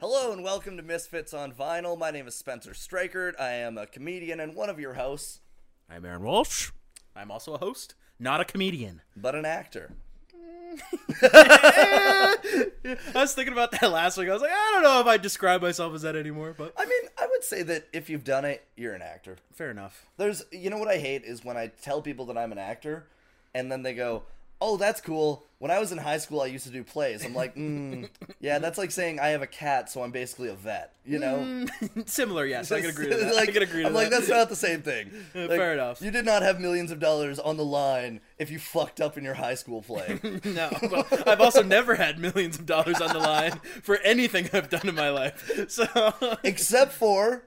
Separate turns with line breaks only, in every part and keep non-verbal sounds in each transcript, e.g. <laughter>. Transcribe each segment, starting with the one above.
Hello and welcome to Misfits on Vinyl. My name is Spencer Strakert. I am a comedian and one of your hosts,
I'm Aaron Walsh. I'm also a host, not a comedian. <laughs>
but an actor.
I was thinking about that last week. I was like, I don't know if I describe myself as that anymore, but
I mean, I would say that if you've done it, you're an actor.
fair enough. <laughs>
There's, you know what I hate is when I tell people that I'm an actor and then they go, "Oh, that's cool. When I was in high school, I used to do plays." I'm like, mm, "Yeah, that's like saying I have a cat, so I'm basically a vet." You know? <laughs>
Similar, yes, Hmm. I can agree to that.
like,
I can agree to
I'm
that.
like, that's not the same thing. Like,
<laughs> fair enough.
You did not have millions of dollars on the line if you fucked up in your high school
<laughs>
play.
no, but I've also never had millions of dollars on the line for anything I've done in my life. So <laughs>
except for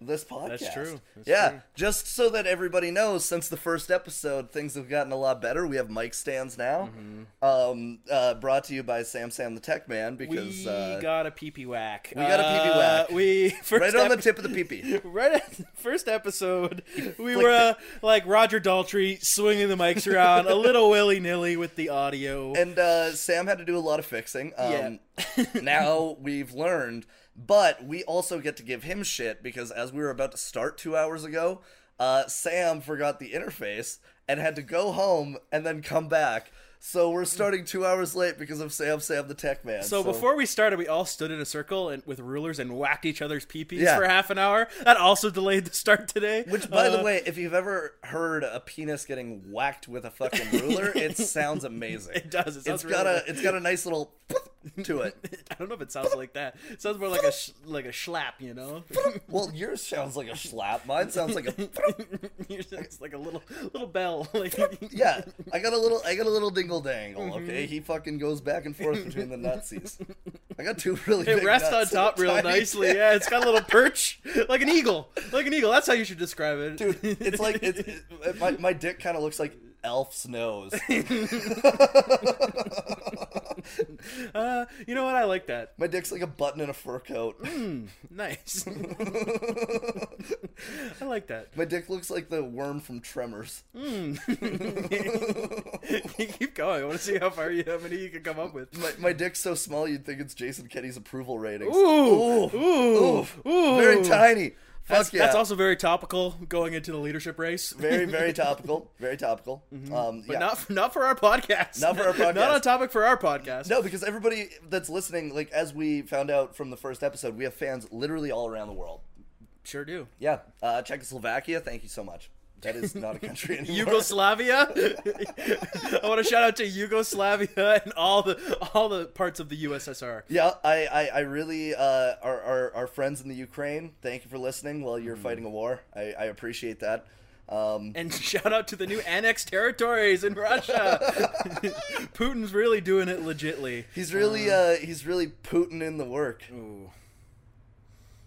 this podcast.
true. That's
yeah,
true.
just so that everybody knows, since the first episode, things have gotten a lot better. We have mic stands now.
Mm-hmm.
Um, uh, brought to you by Sam Sam the Tech Man because
we
uh,
got a pee pee whack. We
got a pee-pee whack.
We first
right on the
epi-
tip of the
<laughs>
peepee.
Right at the
<laughs>
first episode, we were uh, like Roger Daltrey swinging the mics around a little willy nilly with the audio.
And uh, Sam had to do a lot of fixing. Um,
<laughs>
now we've learned, but we also get to give him shit because as we were about to start two hours ago, uh, Sam forgot the interface and had to go home and then come back. So we're starting two hours late because of Sam, Sam the Tech Man.
So, before we started, we all stood in a circle and with rulers and whacked each other's peepees
Yeah.
for half an hour. That also delayed the start today.
Which, by the
Uh,
way, if you've ever heard a penis getting whacked with a fucking ruler, it
<laughs>
sounds amazing.
it does. It sounds
It's got
really
a it's got a nice little <laughs> to it.
<laughs> good. <laughs> I don't know if it sounds like that. It sounds more like a sh- like a schlap, you know. <laughs>
Well, yours sounds like a slap. Mine sounds like a
it's like a little little bell. <laughs> Like,
<laughs> yeah. I got a little I got a little dingle dangle.
Mm-hmm.
Okay, he fucking goes back and forth between the nutsies. I got two really.
<laughs> It
big
rests on
nuts and a
top real
tiny
nicely.
dick.
Yeah, it's got a little perch, like an eagle, like an eagle. That's how you should describe it.
dude. <laughs> It's like it's, it, my my dick kind of looks like Elf's nose. <laughs>
<laughs> uh, you know what? I like that.
my dick's like a button in a fur coat.
Mm. Nice. <laughs> I like that.
<laughs>
<laughs>
My dick looks like the worm from Tremors.
Mm. Keep going. I want to see how far you, how many you can come up with.
<laughs> My, my dick's so small you'd think it's Jason Kenny's approval ratings.
Ooh,
ooh,
ooh, ooh.
very tiny. Fuck
That's,
yeah.
that's also very topical going into the leadership race. <laughs>
very very topical. Very topical. Um,
Mm-hmm. But
yeah.
not not for our podcast.
Not for our
<laughs> not
podcast.
on topic for our podcast.
No, because everybody that's listening, like as we found out from the first episode, we have fans literally all around the world.
Sure do.
<laughs> Yeah, uh, Czechoslovakia. Thank you so much. That is not
<laughs>
a country anymore.
Yugoslavia. I want to shout out to Yugoslavia and all the all the parts of the USSR.
<laughs> yeah, I, I, I really, uh, our, our, our friends in the Ukraine, thank you for listening while you're fighting a war. I, I appreciate that. Um,
Mm. And shout out to the new annexed territories
<laughs>
in Russia. Putin's really doing it legitly.
he's really,
um,
uh, he's really Putin in the work.
Ooh.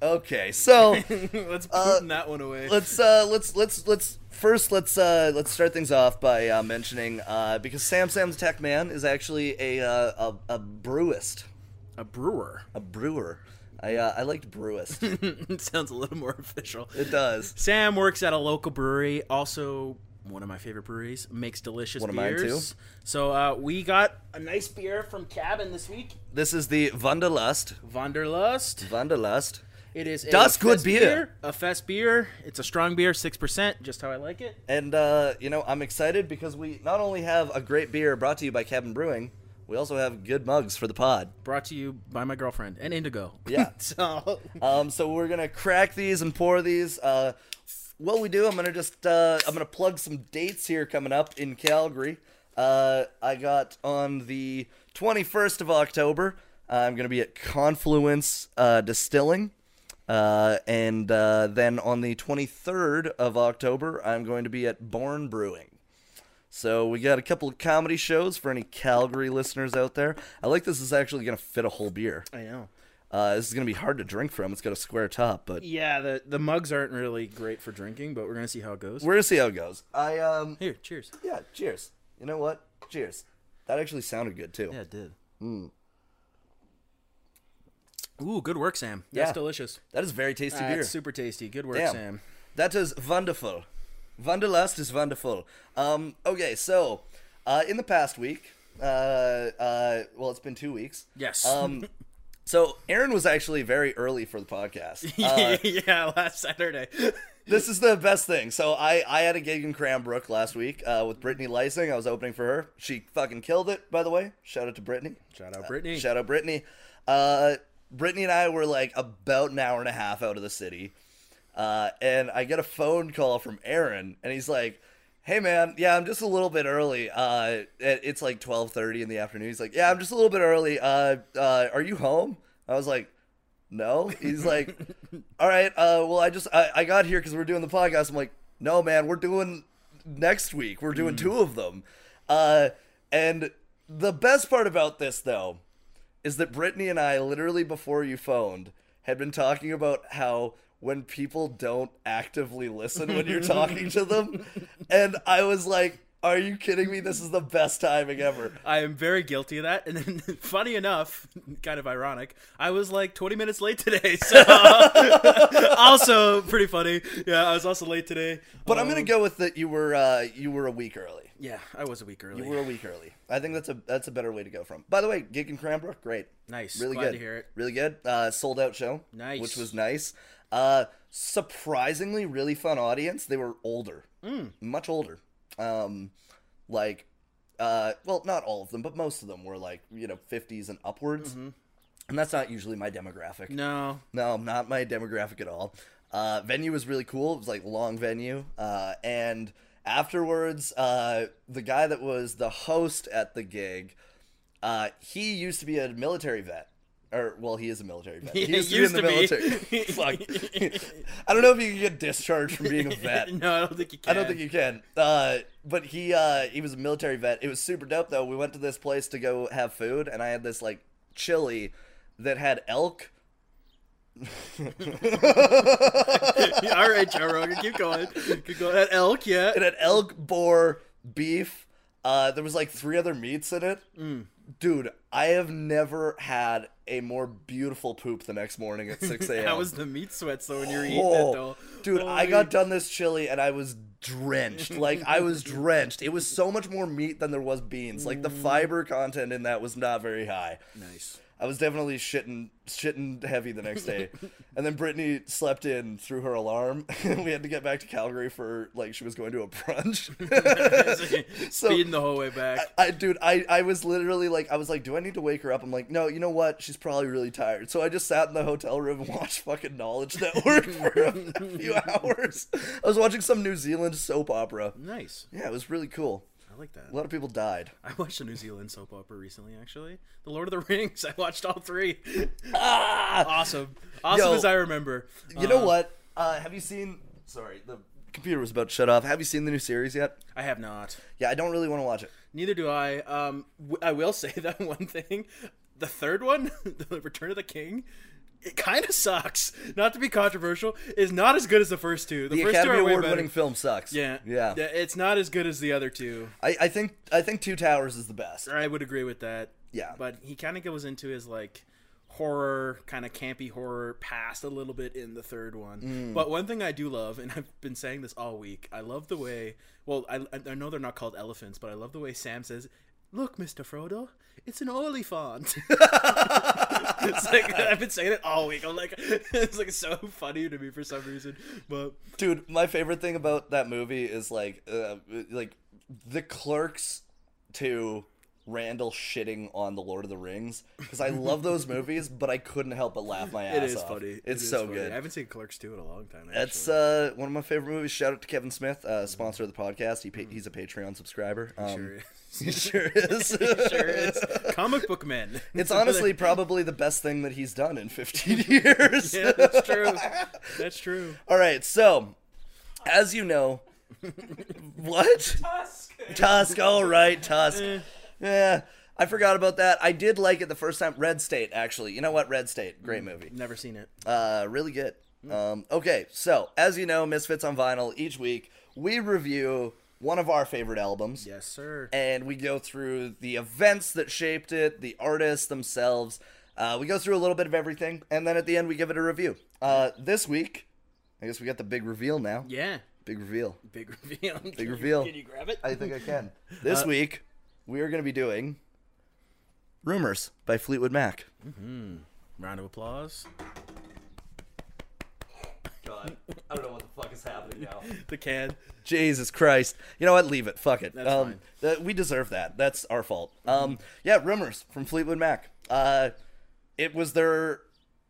Okay, so
<laughs> Let's Putin that one away.
Uh, let's uh let's let's let's first let's uh let's start things off by uh, mentioning uh because Sam Sam's Tech Man is actually a uh, a, a brewist,
A brewer.
a brewer. I uh, I liked brewist.
<laughs> Sounds a little more official.
It does.
Sam works at a local brewery, also one of my favorite breweries. Makes delicious
One of mine,
beers. So uh, we got a nice beer from Cabin this week.
This is the Wanderlust.
Wanderlust.
Wanderlust.
It is a
Das gut
Fest
Bier.
A fest beer. It's a strong beer, six percent, just how I like it.
And uh, you know, I'm excited because we not only have a great beer brought to you by Cabin Brewing, we also have good mugs for the pod.
Brought to you by my girlfriend and Indigo. <laughs>
Yeah.
so
Um, so we're gonna crack these and pour these. Uh, what we do, I'm gonna just uh, I'm gonna plug some dates here coming up in Calgary. Uh, I got on the 21st of October. I'm gonna be at Confluence uh, Distilling, uh, and uh, then on the 23rd of October, I'm going to be at Born Brewing. So we got a couple of comedy shows for any Calgary listeners out there. I like this is actually gonna fit a whole beer.
I know.
Uh, this is gonna be hard to drink from. It's got a square top, but
Yeah, the the mugs aren't really great for drinking, but we're gonna see how it goes.
we're gonna see how it goes. I um
Here, cheers.
yeah, cheers. You know what? Cheers. That actually sounded good too.
Yeah, it did. Mm. Ooh, good work, Sam.
Yeah.
That's delicious.
That is very tasty beer.
That's super tasty. Good work,
Damn.
Sam.
That is wonderful. Wanderlust is wonderful. Um okay, so
<laughs>
uh in the past week, uh uh well it's been two weeks.
Yes.
Um So Aaron was actually very early for the podcast. Uh,
yeah, last Saturday.
this is the best thing. So I, I had a gig in Cranbrook last week uh, with Brittany Lysing. I was opening for her. She fucking killed it, by the way. Shout out to Brittany.
Shout out Brittany.
Shout out Brittany. Uh, Brittany and I were like about an hour and a half out of the city, uh, and I get a phone call from Aaron, and he's like, "Hey man, yeah, I'm just a little bit early. Uh, it- it's like 12:30 in the afternoon." He's like, "Yeah, I'm just a little bit early. Uh, uh, are you home?" I was like. No, he's like, all right. Uh, well, I just I, I got here because we're doing the podcast. I'm like, no, man, we're doing next week. We're doing two of them. Uh, and the best part about this though is that Brittany and I, literally before you phoned, had been talking about how when people don't actively listen when you're talking to them. And I was like, are you kidding me? This is the best timing ever.
I am very guilty of that. And then, <laughs> funny enough, kind of ironic, I was like 20 minutes late today. <laughs> So, also pretty funny. Yeah, I was also late today. Um,
But I'm gonna go with that you were uh, you were a week early.
Yeah, I was a week early.
You were a week early. I think that's a that's a better way to go from. By the way, gig in Cranbrook, great.
Nice.
Really
Glad
good.
to hear it.
Really good. Uh, sold out show.
Nice.
Which was nice. Uh, surprisingly, really fun audience. They were older,
Hmm.
much older. Um, like, uh, well, not all of them, but most of them were like you know fifties and upwards,
Mm-hmm.
and that's not usually my demographic.
No. <laughs>
No, not my demographic at all. Uh, venue was really cool. It was like long venue, uh, and afterwards, uh, the guy that was the host at the gig, uh, he used to be a military vet. Or well, he is a military <laughs> vet. He
Yeah,
used to
used
be in the
to
military. <laughs>
be.
Fuck.
<laughs>
I don't know if you can get discharged from <laughs> being a vet.
no, I don't think you can.
I don't think you can. Uh, but he uh, he was a military vet. It was super dope though. We went to this place to go have food, and I had this like chili that had
<laughs>
elk.
<laughs> All right, Joe Rogan,
<laughs>
keep going. Keep going. That elk, yeah.
It had elk, boar, beef. Uh, there was like three other meats in it.
Mm.
Dude, I have never had a more beautiful poop the next morning at
<laughs>
six a.m.
That was the meat sweat, so when you were eating
Oh,
it, though.
Dude, I
Holy-
got done this chili and I was drenched. Like I was drenched. It was so much more meat than there was beans. Like the fiber content in that was not very high.
<laughs> Nice. <laughs>
I was definitely shitting shitting heavy the next day. and then Brittany slept in through her alarm <laughs> and we had to get back to Calgary for like she was going to a <laughs> brunch. So-
Speeding the whole way back.
I, dude, I, I was literally like, I was like, do I need to wake her up? I'm like, no, you know what? She's probably really tired. So I just sat in the hotel room and <laughs> watched fucking Knowledge Network for a
<laughs>
few hours. I was watching some New Zealand soap opera.
nice.
Yeah, it was really cool.
I like that.
A lot of people died.
I watched a New Zealand soap opera recently, actually. The Lord of the <laughs> Rings. I watched all three.
<laughs> Ah!
Awesome. Awesome
Yo.
as I remember.
You
Uh-huh.
know what? Uh, have you seen? Sorry, the computer was about to shut off. Have you seen the new series yet?
Uh, I have not.
Yeah, I don't really want to watch it.
Neither do I. Um, w- I will <laughs> say that one thing. The third one, <laughs> The Return of the King, it kind of sucks. Not to be controversial, is not as good as the first two. The,
The
first
Academy
two are way
Award
better.
winning film sucks.
Yeah.
yeah.
It's not as good as the other two.
I, I think I think Two Towers is the best.
I would agree with that.
Yeah.
But he kind of goes into his like horror, kind of campy horror past a little bit in the third one.
Mm.
But one thing I do love, and <laughs> I've been saying this all week, I love the way. Well, I, I know they're not called elephants, but I love the way Sam says, "Look, Mister Frodo." It's an olifant. <laughs> it's like I've been saying it all week. I'm like, <laughs> it's like so funny to me for some reason. But
Dude, my favorite thing about that movie is like, uh, like the Clerks to Randall shitting on the Lord of the Rings because I love
<laughs>
those movies, but I couldn't help but laugh my ass
it is
off.
funny. It
It's
is
so
funny. I
good.
haven't seen Clerks 2 in a long time.
That's
actually.
uh, one of my favorite movies. Shout out to Kevin Smith, uh, sponsor of the podcast. He pa- he's a Patreon subscriber. Um,
Mm-hmm. Sure is. <laughs>
He sure is. <laughs>
sure is. Comic book men. <laughs>
It's honestly probably the best thing that he's done in 15 years.
yeah, that's true.
<laughs>
That's true.
All right, so as you know, what? Tusk. All right, Tusk. Yeah, I forgot about that. I did like it the first time. Red State, actually. You know what? Red State, great movie.
Never seen it.
Uh, really good. Um, okay, so as you know, Misfits on Vinyl. Each week, we review one of our favorite albums
Yes, sir.
and we go through the events that shaped it, the artists themselves. Uh, we go through a little bit of everything, and then at the end we give it a review. Uh, this week, I guess we got the big reveal now.
yeah.
Big reveal.
Big <laughs> reveal. Big can
reveal.
You, can you grab it?
I think I can. <laughs> This week, we are going to be doing "Rumors" by Fleetwood Mac.
Round of applause.
God, I don't know what the fuck is happening now.
The can. <laughs>
Jesus Christ. You know what? Leave it. Fuck it.
That's
um,
fine. Mm-hmm.
th- we deserve that. That's our fault. Um, yeah, Rumors from Fleetwood Mac. Uh, it was their.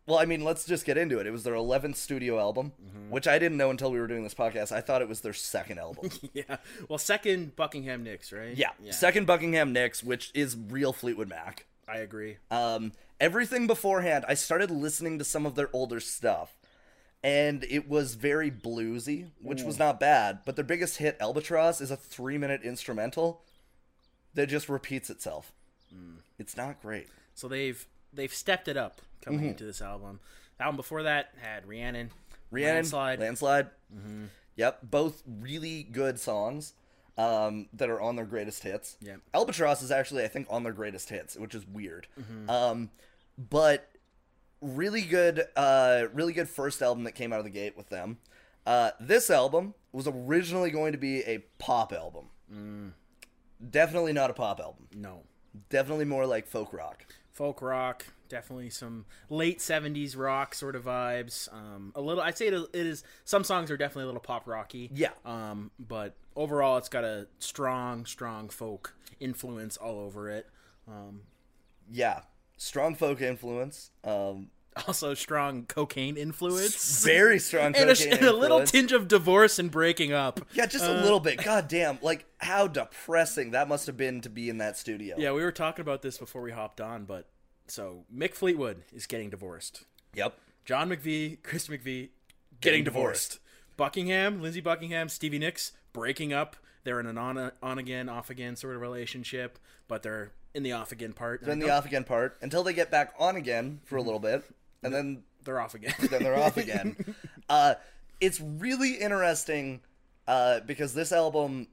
Well, I mean, let's just get into it. It was their 11th studio album,
Mm-hmm.
which I didn't know until we were doing this podcast. I thought it was their second album.
<laughs> Yeah. Well, second Buckingham Nicks, right?
yeah, second Buckingham Nicks, which is real Fleetwood Mac.
I agree.
Um, everything beforehand, I started listening to some of their older stuff, and it was very bluesy, which was not bad. But their biggest hit, Albatross, is a three minute instrumental that just repeats itself. It's not great.
So they've they've stepped it up coming
Mm-hmm.
into this album. The album before that had Rhiannon,
Rhiannon,
Landslide. Mm-hmm.
Landslide. Yep, both really good songs um, that are on their greatest hits.
Yep.
Albatross is actually, I think, on their greatest hits, which is weird.
Mm-hmm.
Um, but really good, uh, really good first album that came out of the gate with them. Uh, this album was originally going to be a pop album.
Mm.
Definitely not a pop album.
no,
Definitely more like folk rock.
folk rock, definitely some late '70s rock sort of vibes. Um, a little, I'd say it is, it is. Some songs are definitely a little pop rocky.
Yeah.
Um, but overall, it's got a strong, strong folk influence all over it. <laughs> Um,
Yeah, strong folk influence. Um,
<laughs> also, strong cocaine influence.
very strong.
and, a,
cocaine
and a little
influence.
tinge of divorce and breaking up.
Yeah, just a little bit. God damn. Like, how depressing that must have been to be in that studio.
Yeah, we were talking about this before we hopped on, but so Mick Fleetwood is getting divorced.
Yep.
John McVie, Chris McVie,
Getting
getting
divorced.
divorced. Buckingham, Lindsey Buckingham, Stevie Nicks breaking up. They're in an on on again, off again sort of relationship, but they're in the off again part.
Then the off again part until they get back on again for a little bit, and then
they're off again.
then <laughs> they're off again. Uh, it's really interesting uh, because this album,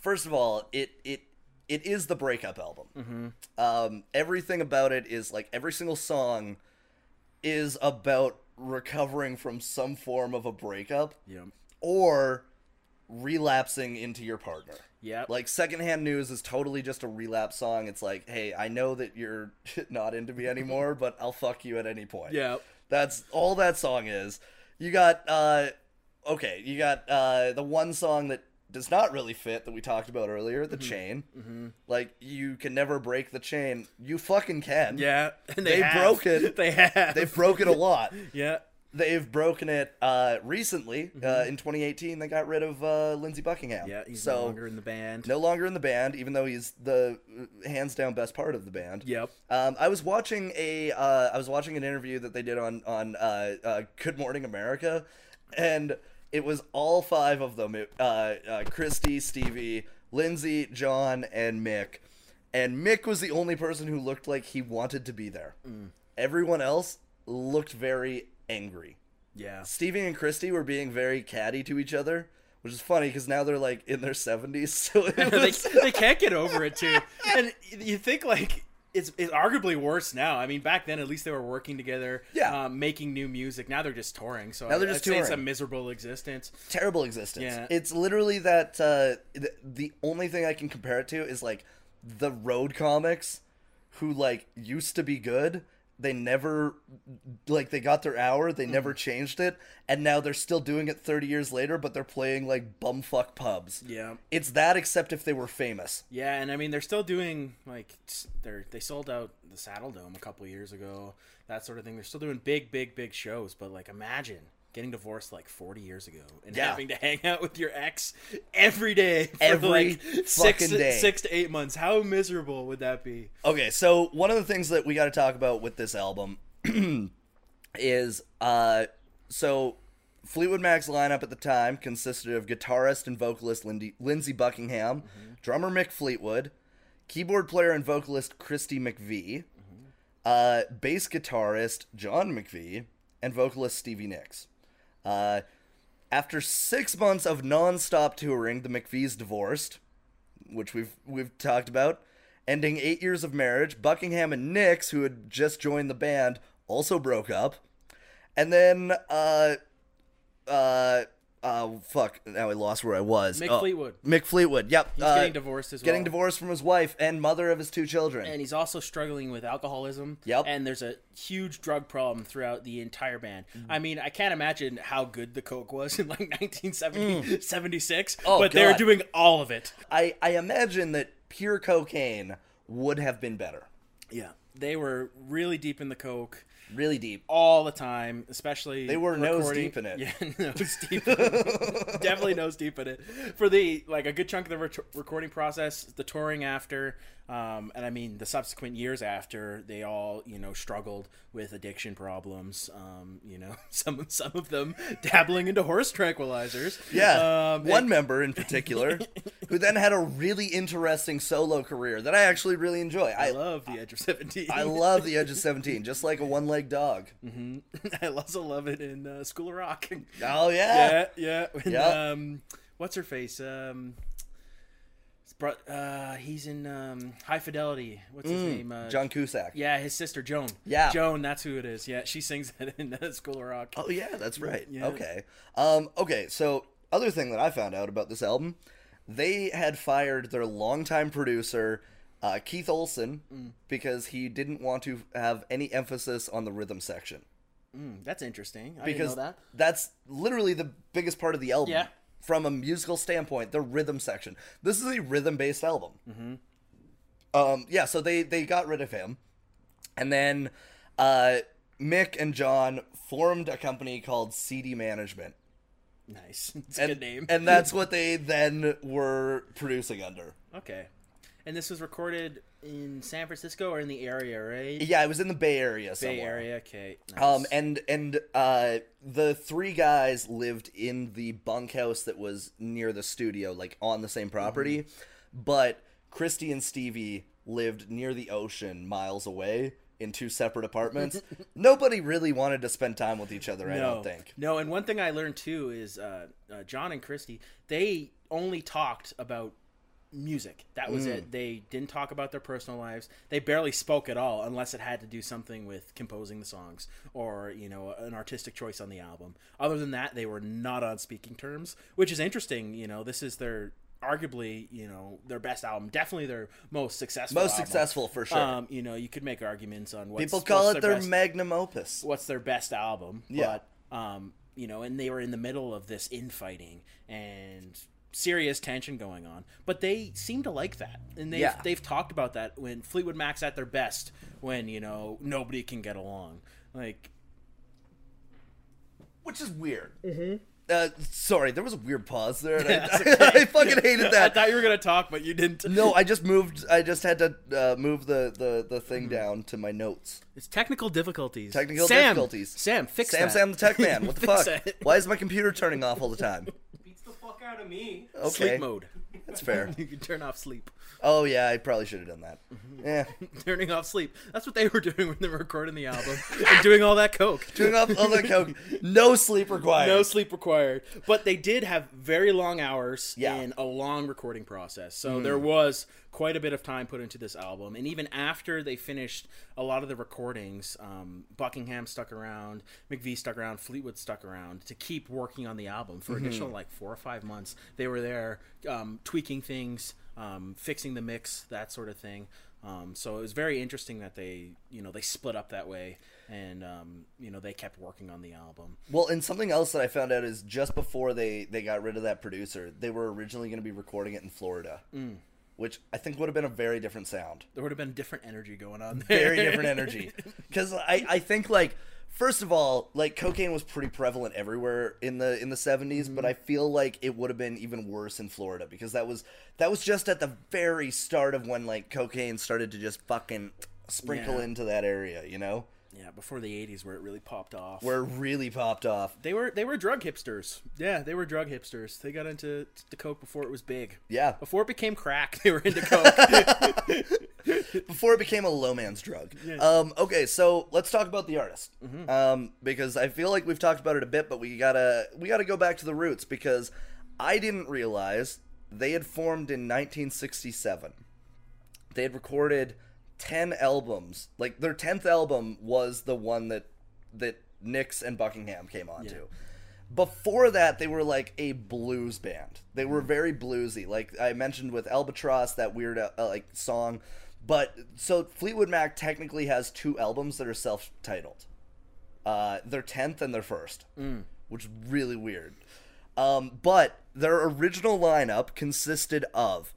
first of all, it it it is the breakup album. Um, everything about it is like every single song is about recovering from some form of a breakup
yep.
or relapsing into your partner.
Yep.
Like secondhand news is totally just a relapse song. It's like, hey, I know that you're <laughs> not into me <laughs> anymore, but I'll fuck you at any point.
Yep.
That's all that song is. You got uh okay, you got uh the one song that does not really fit that we talked about earlier, the chain. Mm-hmm. Like you can never break the chain. You fucking can.
Yeah. And they,
They
have.
broke it.
<laughs> They have.
They've broken a lot. <laughs>
yeah.
They've broken it uh recently. Uh, in 2018, they got rid of uh Lindsey Buckingham.
Mm-hmm. Yeah. He's
so
no longer in the band.
no longer in the band, even though he's the uh, hands down best part of the band.
Yep.
Um, I was watching a uh, I was watching an interview that they did on on uh, uh, Good Morning America, and it was all five of them: it, uh, uh, Christy, Stevie, Lindsay, John, and Mick. And Mick was the only person who looked like he wanted to be there.
Mm.
Everyone else looked very angry.
Yeah.
Stevie and Christy were being very catty to each other, which is funny because now they're like in their seventies, <laughs> so
<laughs>
it
they,
was
they can't get over it too. And you think like it's, it's arguably worse now. I mean, back then at least they were working together,
Yeah.
um, making new music. Now they're just touring. So
Now they're
I-
just
I'd say it's a
touring.
miserable existence.
terrible existence.
Yeah.
It's literally that uh, the, the only thing I can compare it to is like the road comics who like used to be good. They never like they got their hour, they never
Mm.
changed it, and now they're still doing it 30 years later, but they're playing like bumfuck pubs.
Yeah.
It's that except if they were famous.
Yeah, and I mean they're still doing like s- they're they sold out the Saddle Dome a couple years ago, that sort of thing. They're still doing big, big, big shows, but like imagine getting divorced like 40 years ago and
Yeah.
having to hang out with your ex every day for
Every
like six,
fucking day.
six to eight months. How miserable would that be?
Okay, so one of the things that we got to talk about with this album <clears throat> is uh so Fleetwood Mac's lineup at the time consisted of guitarist and vocalist Lindy, Lindsey Buckingham, drummer Mick Fleetwood, keyboard player and vocalist Christy McVie, uh, bass guitarist John McVie, and vocalist Stevie Nicks. Uh, after six months of non-stop touring, the McVies divorced which we've we've talked about, ending eight years of marriage. Buckingham and Nix, who had just joined the band, also broke up, and then uh, uh, uh, oh fuck, now I lost where I was.
Mick
Oh,
Fleetwood.
Mick Fleetwood. Yep.
He's getting divorced as
Uh, Getting
well.
divorced from his wife and mother of his two children.
and he's also struggling with alcoholism.
Yep.
And there's a huge drug problem throughout the entire band.
Mm-hmm.
I mean, I can't imagine how good the coke was in like 1976,
Oh,
but they're
God.
doing all of it.
I I imagine that pure cocaine would have been better.
Yeah. They were really deep in the coke
Really deep.
all the time, especially
They were nose
recording-
deep in it.
Yeah, <laughs>
<laughs>
nose deep. in it. Definitely nose deep in it for the like a good chunk of the ret- recording process, the touring after, um, and I mean the subsequent years after. They all you know struggled with addiction problems. Um, you know, <laughs> some some of them dabbling into horse tranquilizers.
Yeah.
um,
One member in
<laughs>
particular who then had a really interesting solo career that I actually really enjoy. I
I love the Edge of Seventeen.
I love the Edge of 17, just like a one-legged dog.
<laughs> I also love it in uh, School of Rock.
Oh yeah.
yeah, yeah. When,
Yeah.
Um, what's her face? Um, it's bro- uh, he's in um, High Fidelity. What's his name? Uh,
John Cusack.
Yeah, his sister Joan.
Yeah.
Joan. That's who it is. Yeah, she sings <laughs> that in uh, School of Rock.
Oh yeah, that's right.
Yeah.
Okay. Um, okay. So other thing that I found out about this album, they had fired their longtime producer uh, Keith Olsen because he didn't want to have any emphasis on the rhythm section
Mm, that's interesting. I
because
didn't know that.
that's literally the biggest part of the album
Yeah.
from a musical standpoint. The rhythm section. This is a rhythm based album.
Mm-hmm.
Um, yeah. So they they got rid of him, and then uh, Mick and John formed a company called CD Management.
Nice. <laughs> It's a
and,
good name.
and that's what they then were producing under.
okay. And this was recorded in San Francisco or in the area, right?
Yeah, it was in the Bay Area
Bay
somewhere.
Area. Okay. Nice.
Um, and and uh, the three guys lived in the bunkhouse that was near the studio, like on the same property. But Christy and Stevie lived near the ocean, miles away, in two separate <laughs> apartments. Nobody really wanted to spend time with each other. I
no.
don't think.
No, and one thing I learned too is uh, uh, John and Christy, they only talked about music. That was
Mm.
it. They didn't talk about their personal lives. They barely spoke at all unless it had to do something with composing the songs or, you know, an artistic choice on the album. Other than that, they were not on speaking terms, which is interesting, you know. This is their arguably, you know, their best album, definitely their most successful
Most
album.
successful for sure.
Um, you know, you could make arguments on what's
People call
what's
it their
best-
magnum opus.
what's their best album.
Yeah.
But um, you know, and they were in the middle of this infighting and serious tension going on. But they seem to like that. And they've
Yeah.
they've talked about that when Fleetwood Mac's at their best when, you know, nobody can get along. Like
which is weird. Mm-hmm. Uh, sorry, there was a weird pause there. <laughs> and I, <laughs> I
<laughs>
fucking hated
I
that.
thought you were gonna talk, but you didn't.
no, I just moved. I just had to uh, move the, the, the thing
Mm-hmm.
down to my notes.
It's technical difficulties.
Technical
Sam,
difficulties.
Sam, fix
Sam,
that.
Sam, the
<laughs>
tech man. What the
Fix
fuck?
that.
Why is my computer turning off all the time?
Beats the fuck out of me.
Okay,
Sleep mode. <laughs>
that's fair.
You can turn off sleep. <laughs>
Oh yeah, I probably should have done that.
Mm-hmm.
Yeah,
Turning off sleep. That's what they were <laughs> doing when they were recording the album and doing all that coke.
turning off all the coke. No sleep required.
No sleep required. But they did have very long hours
Yeah. Hmm.
and a long recording process. So there was quite a bit of time put into this album. And even after they finished a lot of the recordings, um, Buckingham stuck around, McVie stuck around, Fleetwood stuck around to keep working on the album for
Mm-hmm.
additional like four or five months. They were there um, tweaking things, um, fixing the mix, that sort of thing. Um, so it was very interesting that they, you know, they split up that way, and um, you know they kept working on the album.
Well, and something else that I found out is just before they they got rid of that producer, they were originally going to be recording it in Florida,
Mm.
which I think would have been a very different sound.
there would have been different energy going on <laughs> there.
very different energy. Because I, I think like first of all, like cocaine was pretty prevalent everywhere in the in the 70s but I feel like it would have been even worse in Florida because that was that was just at the very start of when like cocaine started to just fucking sprinkle
Yeah.
into that area, you know,
yeah, before the '80s, where it really popped off.
where it really popped off.
they were they were drug hipsters. Yeah, they were drug hipsters. They got into the coke before it was big.
Yeah,
Before it became crack, they were <laughs> into coke.
before it became a low man's drug. Um, okay, so let's talk about the artist um, because I feel like we've talked about it a bit, but we gotta we gotta go back to the roots because I didn't realize they had formed in 1967. They had recorded ten albums. Like their tenth album was the one that that Nix and Buckingham came on to. before that they were like a blues band they were very bluesy like i mentioned with albatross that weird uh, like song but so fleetwood mac technically has two albums that are self-titled uh, their 10th and their first which is really weird um, but their original lineup consisted of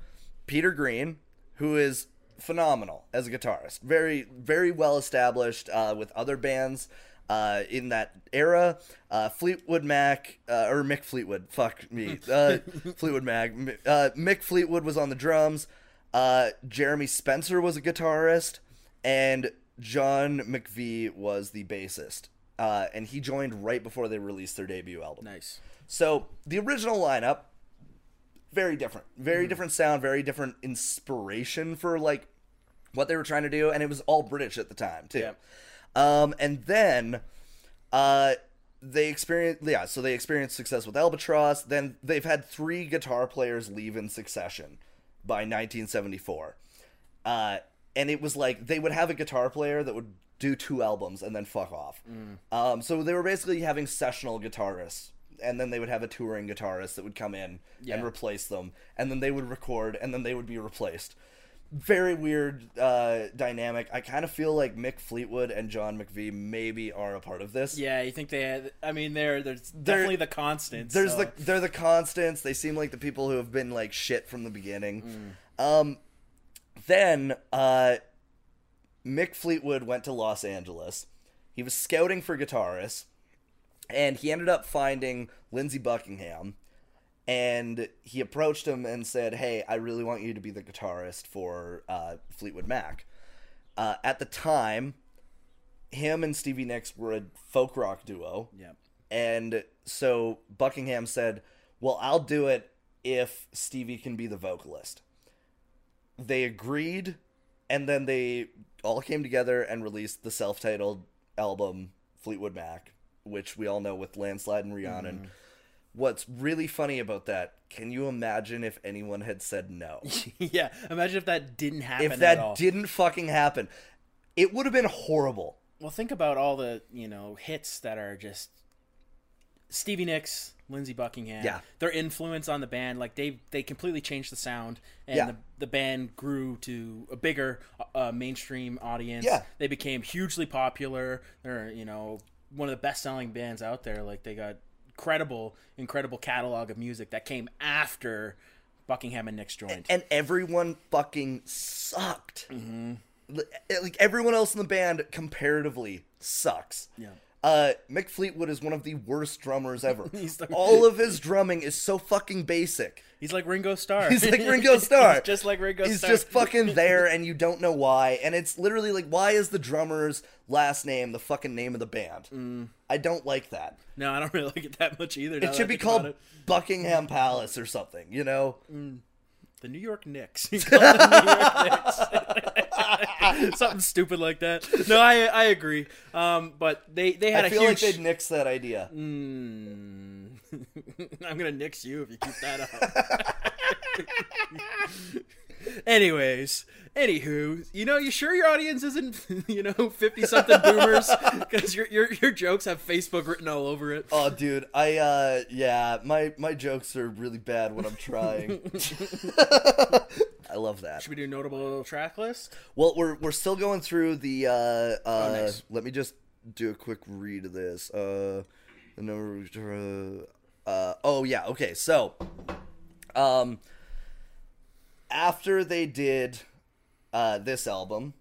peter green who is phenomenal as a guitarist very very well established uh, with other bands uh, in that era. Uh, Fleetwood Mac, uh, or Mick Fleetwood, fuck me. Uh, Fleetwood Mac. M- Uh, Mick Fleetwood was on the drums. Uh, Jeremy Spencer was a guitarist. And John McVie was the bassist. Uh, and he joined right before they released their debut album.
Nice.
So the original lineup, very different, very
Mm-hmm.
different sound, very different inspiration for like what they were trying to do, and it was all British at the time too.
Yeah.
Um, and then, uh, they experienced yeah, so they experienced success with Albatross. Then they've had three guitar players leave in succession by 1974. Uh, and it was like they would have a guitar player that would do two albums and then fuck off. Um, so they were basically having sessional guitarists, and then they would have a touring guitarist that would come in
Yeah.
and replace them, and then they would record, and then they would be replaced. Very weird uh, dynamic. I kind of feel like Mick Fleetwood and John McVie maybe are a part of this.
Yeah, you think they had? I mean, they're they're definitely the constants.
There's
so-
the they're the constants. They seem like the people who have been like shit from the beginning. Um, then uh, Mick Fleetwood went to Los Angeles. He was scouting for guitarists, and he ended up finding Lindsey Buckingham. And he approached him and said, "Hey, I really want you to be the guitarist for uh, Fleetwood Mac." Uh, at the time, him and Stevie Nicks were a folk rock duo.
<laughs> yeah.
And so Buckingham said, Well, I'll do it if Stevie can be the vocalist. They agreed, and then they all came together and released the self titled album Fleetwood Mac, which we all know with Landslide and Rhiannon.
Mm-hmm.
What's really funny about that, can you imagine if anyone had said no?
<laughs> <laughs> yeah. Imagine if that didn't happen.
if
at all.
that didn't fucking happen, it would have been horrible.
well, think about all the you know hits that are just Stevie Nicks, Lindsey Buckingham.
Yeah.
their influence on the band, like they they completely changed the sound, and
Yeah.
the, the band grew to a bigger uh, mainstream audience.
Yeah.
they became hugely popular. They're you know one of the best selling bands out there. Like they got credible, incredible catalog of music that came after Buckingham and Nicks joined.
and everyone fucking sucked.
Mm-hmm.
Li- eh, Like everyone else in the band comparatively sucks.
Yeah.
Uh, Mick Fleetwood is one of the worst drummers
<laughs>
ever.
He's the-
All of his drumming is so fucking basic. <laughs>
He's like Ringo Starr.
He's
<laughs>
like Ringo Starr.
He's just like Ringo
He's
Starr.
just fucking there, and you don't know why. And it's literally like, why is the drummer's last name the fucking name of the band? I don't like that.
No, Mm. I don't really like it that much either. now
It
that I
should be
think about
called
it.
Buckingham Palace or something. You know,
the New York Knicks. <laughs> You call it the New York Knicks. <laughs> Something stupid like that. No, I I agree. Um, but they they had a
I feel like
huge.
they'd nix that idea.
Mm. <laughs> I'm gonna nix you if you keep that up. <laughs> Anyways, anywho, you know, you sure your audience isn't, <laughs> you know, fifty something boomers <laughs> because your, your your jokes have Facebook written all over it.
Oh, dude, I uh, yeah, my my jokes are really bad when I'm trying. <laughs> I love that.
Should we do notable track list?
Well, we're we're still going through the. Uh, uh,
nice.
Let me just do a quick read of this. Uh, the number. Uh, oh yeah. Okay. So, um, after they did uh, this album,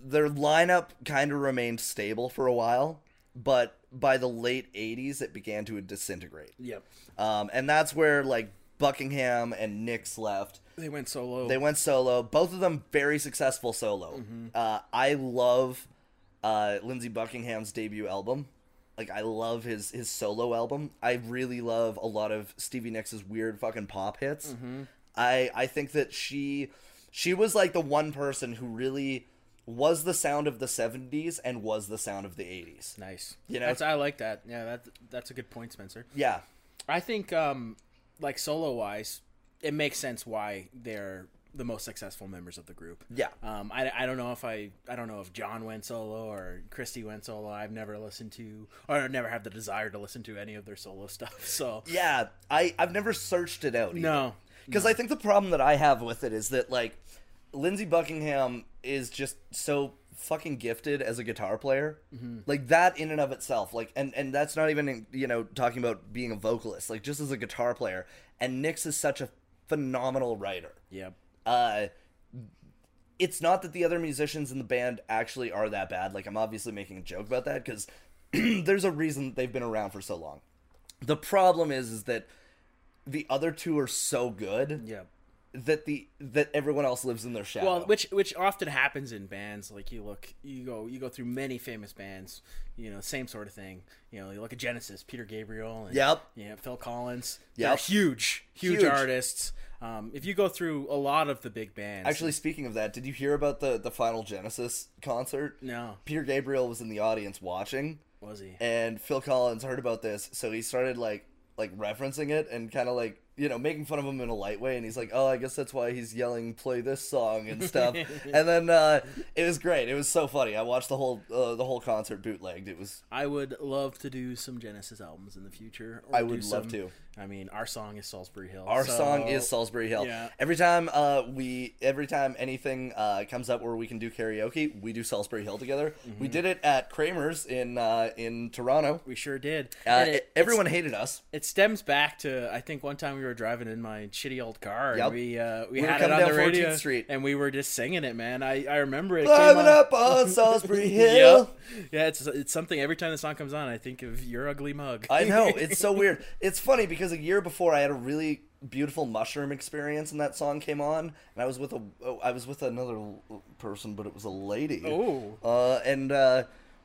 their lineup kind of remained stable for a while, but by the late '80s, it began to disintegrate.
Yep.
Um, and that's where like Buckingham and Nix left.
They went solo.
They went solo. Both of them very successful solo. Uh, I love uh, Lindsey Buckingham's debut album. Like I love his his solo album. I really love a lot of Stevie Nicks' weird fucking pop hits. I I think that she she was like the one person who really was the sound of the 70s and was the sound of the 80s.
nice.
You
You
know?
know, that's, I like that. Yeah, that that's a good point, Spencer.
Yeah.
I think, um, like solo wise, it makes sense why they're the most successful members of the group.
Yeah.
Um, I, I don't know if I I don't know if John went solo or Christy went solo. I've never listened to or I've never had the desire to listen to any of their solo stuff. <laughs> So
Yeah, I I've never searched it out. either.
no,
Because I think the problem that I have with it is that like Lindsey Buckingham is just so fucking gifted as a guitar player. Like that in and of itself. Like and and that's not even you know talking about being a vocalist. Like just as a guitar player. And Nix is such a phenomenal writer.
yeah,
Uh it's not that the other musicians in the band actually are that bad. Like I'm obviously making a joke about that because <clears throat> there's a reason they've been around for so long. The problem is is that the other two are so good
yeah.
that the that everyone else lives in their shadow.
Well, which which often happens in bands. Like you look, you go, you go through many famous bands. You know, same sort of thing. You know, you look at Genesis, Peter Gabriel, and
Yep.
yeah, Phil Collins.
Yep.
They're huge, huge,
Huge.
artists. Um, if you go through a lot of the big bands,
actually, speaking of that, did you hear about the the final Genesis concert?
no,
Peter Gabriel was in the audience watching,
was he?
and Phil Collins heard about this, so he started like like referencing it and kind of like you know making fun of him in a light way and he's like oh i guess that's why he's yelling play this song and stuff
<laughs>
and then uh it was great it was so funny i watched the whole uh, the whole concert bootlegged it was
I would love to do some Genesis albums in the future. or
I
do
would love
some-
to.
I mean, our song is Salisbury Hill.
Our
so-
song is Salisbury Hill.
yeah.
Every time uh, we, every time anything uh, comes up where we can do karaoke, we do Salisbury Hill together. We did it at Kramer's in uh, in Toronto.
Mhm. We sure did.
Uh,
And it-
everyone hated us.
It stems back to I think one time we were driving in my shitty old car.
Yep.
And we uh, we,
We were
had it
coming down
on the
14th
radio,
Street.
and we were just singing it, man. I, I remember it. came
Climbing
on-
up
<laughs>
on Salisbury Hill.
Yep. Yeah, it's it's something. Every time the song comes on, I think of your ugly mug.
I know it's so weird. It's funny because a year before I had a really beautiful mushroom experience, and that song came on, and I was with a oh, I was with another l- person, but it was a lady.
Oh.
uh, and uh,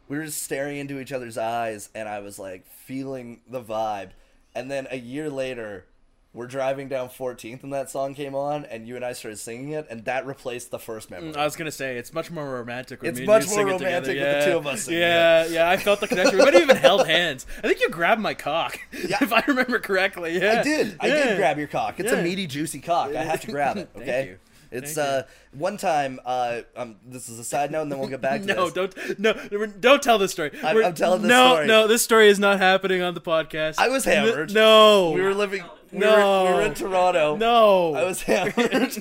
we were just staring into each other's eyes, and I was like feeling the vibe. And then a year later, we're driving down 14th, and that song came on, and you and I started singing it, and that replaced the first memory.
I was gonna say it's much more romantic. When
It's
me and
much
you
more
sing it
romantic
together.
with the
Yeah.
two of us singing
Yeah, yeah. I felt the connection. We might have even held hands. I think you grabbed my cock, <laughs> if I remember correctly. Yeah,
I did. I
Yeah.
did grab your cock. It's
Yeah.
a meaty, juicy cock. I have to grab it.
<laughs> Thank
Okay.
you.
It's
Thank you.
uh one time. Uh, um, this is a side note, and then we'll get back to
<laughs> No,
this.
don't no, we're- don't tell this story.
I'm-
We're-
I'm telling this
no,
story.
No, this story is not happening on the podcast.
I was
N-
hammered.
no,
We were living. We
No.
Were, we were in Toronto.
no.
I was <laughs> hammered.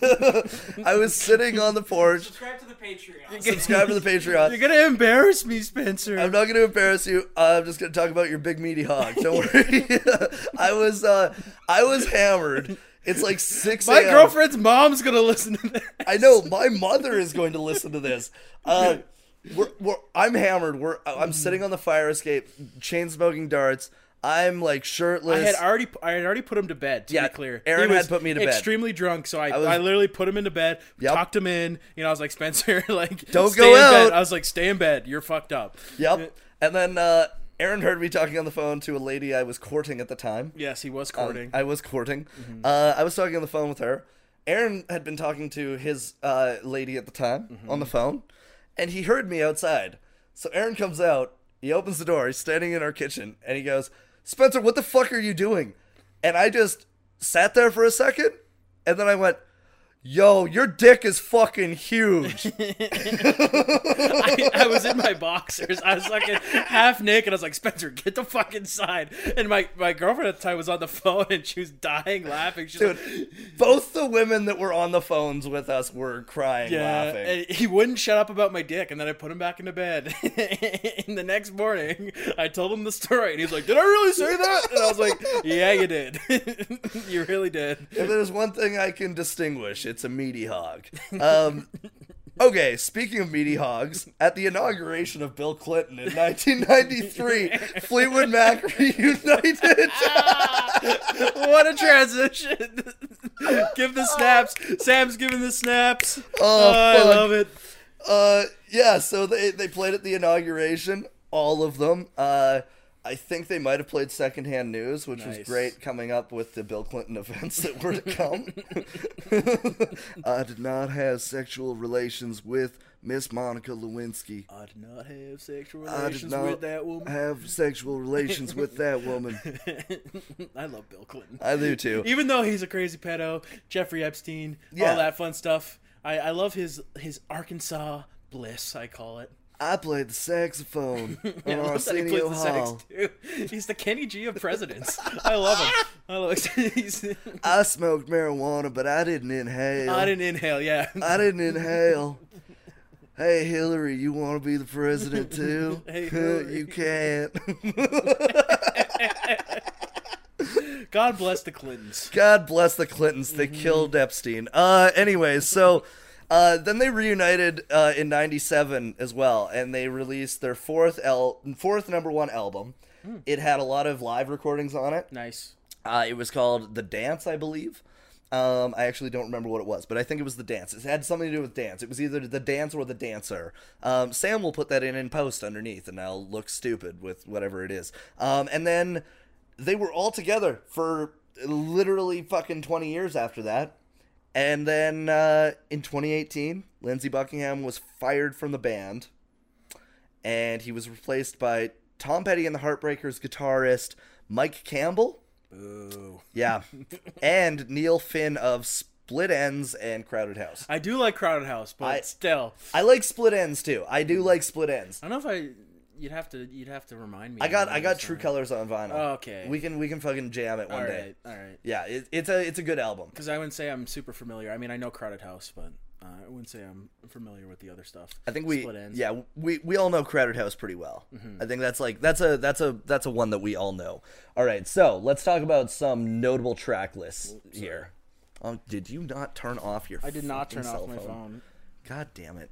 I was sitting on the
<laughs>
porch.
Subscribe to the Patreon.
Subscribe to the Patreon.
You're gonna embarrass me, Spencer.
I'm not going to embarrass you. I'm just going to talk about your big meaty hog. Don't
<laughs>
worry. <laughs> I was uh, I was hammered. It's like six.
my
a.m.
girlfriend's mom's gonna listen to this.
I know my mother is going to listen to
<laughs>
this. Uh, we're, we're, I'm hammered. We're
Mm.
I'm sitting on the fire escape, chain smoking darts. I'm like
I
shirtless.
had already I had already put him to bed. To
Yeah,
be clear,
Aaron
he
had
was
put me to bed.
Extremely drunk, so I, I,
was-
literally put him into bed,
Yep.
tucked him in. You know, I was like <laughs> Spencer, like
Don't
stay
go
in Bed.
out.
I was like, stay in bed. You're fucked up.
Yep. And then uh, Aaron heard me talking on the phone to a lady I was courting at the time.
Yes, he was
Um,
courting.
I was courting.
Mm-hmm.
Uh, I was talking on the phone with her. Aaron had been talking to his uh, lady at the time
Mm-hmm.
on the phone, and he heard me outside. So Aaron comes out. He opens the door. He's standing in our kitchen, and he goes, "Spencer, what the fuck are you doing?" And I just sat there for a second, and then I went, "Yo, your dick is fucking huge."
I, <laughs> I was in my boxers. I was fucking half naked. I was like, Spencer, get the fuck inside. And my, my girlfriend at the time was on the <laughs> phone and she was dying laughing. She's <laughs> like,
Dude, both the women that were on the phones with us were crying,
yeah.
laughing.
And he wouldn't shut up about my dick. And then I put him back into bed. <laughs> and the next morning, I told him the story. And he's like, Did I really say that? And I was like, Yeah, you did. <laughs> you really did.
if there's one thing I can distinguish, it's a meaty hog. Um, <laughs> okay, speaking of meaty hogs, at the inauguration of Bill Clinton in
<laughs>
1993, Fleetwood Mac reunited.
Oh, what a transition. <laughs> Give the snaps. Sam's giving the snaps. Oh, I
fuck.
love it.
uh, yeah, so they, they played at the inauguration, all of them. Uh, I think they might have played Secondhand News, which
Nice.
was great coming up with the Bill Clinton <laughs> events that <laughs>
<laughs>
were to come. I did not have sexual relations with Miss Monica Lewinsky.
I did not have sexual
I did
relations
not
with that woman.
have sexual relations
<laughs>
with that woman.
I love Bill Clinton.
I do too.
Even though he's a crazy pedo, Jeffrey Epstein,
Yeah.
all that fun stuff. I, I love his his Arkansas bliss. I call it.
I played the saxophone
<laughs> Yeah,
on
I love that he
Arsenio
plays the sax,
Hall.
too. He's the Kenny G of presidents. I love him. I love. <laughs> He's,
I smoked marijuana, but I didn't inhale.
I didn't inhale. Yeah.
<laughs> I
<laughs>
didn't inhale. Hey Hillary, you want to be the president too?
<laughs>
<laughs>
Hey,
you
Hillary.
can't.
God bless the Clintons.
God bless the Clintons. They killed Epstein. Uh, anyways, so <laughs> uh, then they reunited uh, in '97 as well, and they released their fourth el- fourth number one album. It had a lot of live recordings on it.
Nice.
Uh, it was called The Dance, I believe. Um, I actually don't remember what it was, but I think it was The Dance. It had something to do with dance. It was either The Dance or The Dancer. Um, Sam will put that in in post underneath, and I'll look stupid with whatever it is. Um, and then they were all together for literally fucking 20 years after that. And then uh, in 2018, Lindsey Buckingham was fired from the band and he was replaced by Tom Petty and the Heartbreakers guitarist Mike Campbell.
Ooh.
Yeah, and Neil Finn of Split Ends and Crowded House.
I do like Crowded House, but
I-
still,
I like Split Ends too. I do like Split Ends.
I don't know if I. You'd have to. You'd have to remind me.
I got
of
I got
those
True
songs.
Colors on vinyl.
Okay.
we can we can fucking jam it one
All
day.
right. All right.
Yeah, it, it's a it's a good album.
Because I wouldn't say I'm super familiar. I mean, I know Crowded House, but uh, I wouldn't say I'm familiar with the other stuff.
I think we
Split ends. Mm-hmm.
yeah we we all know Crowded House pretty well. I think that's like that's a that's a that's a one that we all know. All right, so let's talk about some notable track lists here. Um, did you not turn off your?
I did not turn off my phone.
God damn it!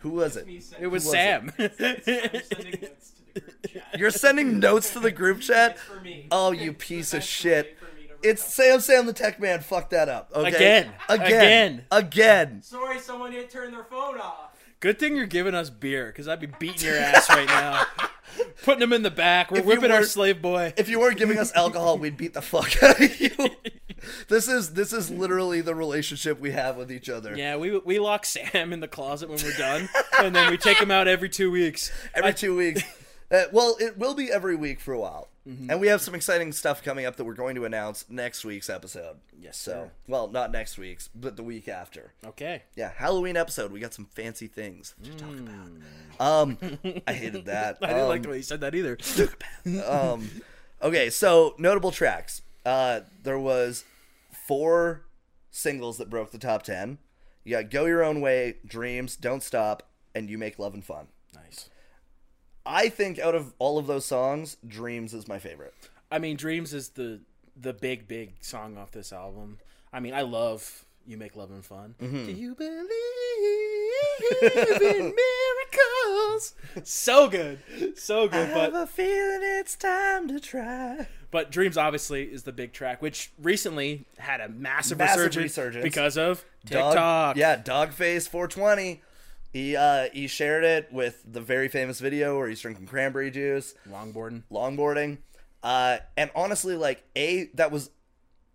Who was it?
Me send-
It was,
was it?
Sam.
I'm sending notes to the group chat.
You're sending notes
<laughs>
to the group chat.
It's for me.
Oh, you
It's the
piece of
best
shit.
way for me to
It's
recover.
Sam Sam the Tech Man. Fuck that up. Okay?
Again.
Again. Again. Again.
Sorry, someone didn't turn their phone off.
<laughs> Good thing you're giving us beer, because I'd be beating your ass right now.
<laughs>
Putting him in the back. We're
If you
whipping our
weren't-
slave boy.
If you weren't giving us alcohol, we'd beat the fuck out of you.
<laughs>
This is this is literally the relationship we have with each other.
yeah, we we lock Sam in the closet when we're done, and then we take him out every two
<laughs>
weeks.
Every two
<laughs>
weeks. Uh, well, it will be every week for a while,
Mm-hmm.
and we have some exciting stuff coming up that we're going to announce next week's episode.
Yes,
So,
sir.
well, not next week's, but the week after.
Okay.
Yeah, Halloween episode. We got some fancy things to talk about. Um, I hated that.
Mm. <laughs> I didn't
um,
like the way you said that either.
um, okay, so notable tracks. Uh, there was four singles that broke the top ten. You got "Go Your Own Way," "Dreams," "Don't Stop," and "You Make Love and Fun."
<laughs> nice.
I think out of all of those songs, "Dreams" is my favorite.
I mean, Dreams is the the big big song off this album. I mean, I love "You Make Love and Fun."
Mm-hmm.
Do you believe in <laughs> miracles? So good, so good. But
a feeling it's time to try.
but Dreams obviously is the big track, which recently had a massive,
Massive
resurgence,
resurgence.
because of
Dog-
TikTok.
Yeah, Dogface 420. He uh, he shared it with the very famous video where he's drinking cranberry juice,
longboarding.
longboarding, uh, and honestly, like a that was.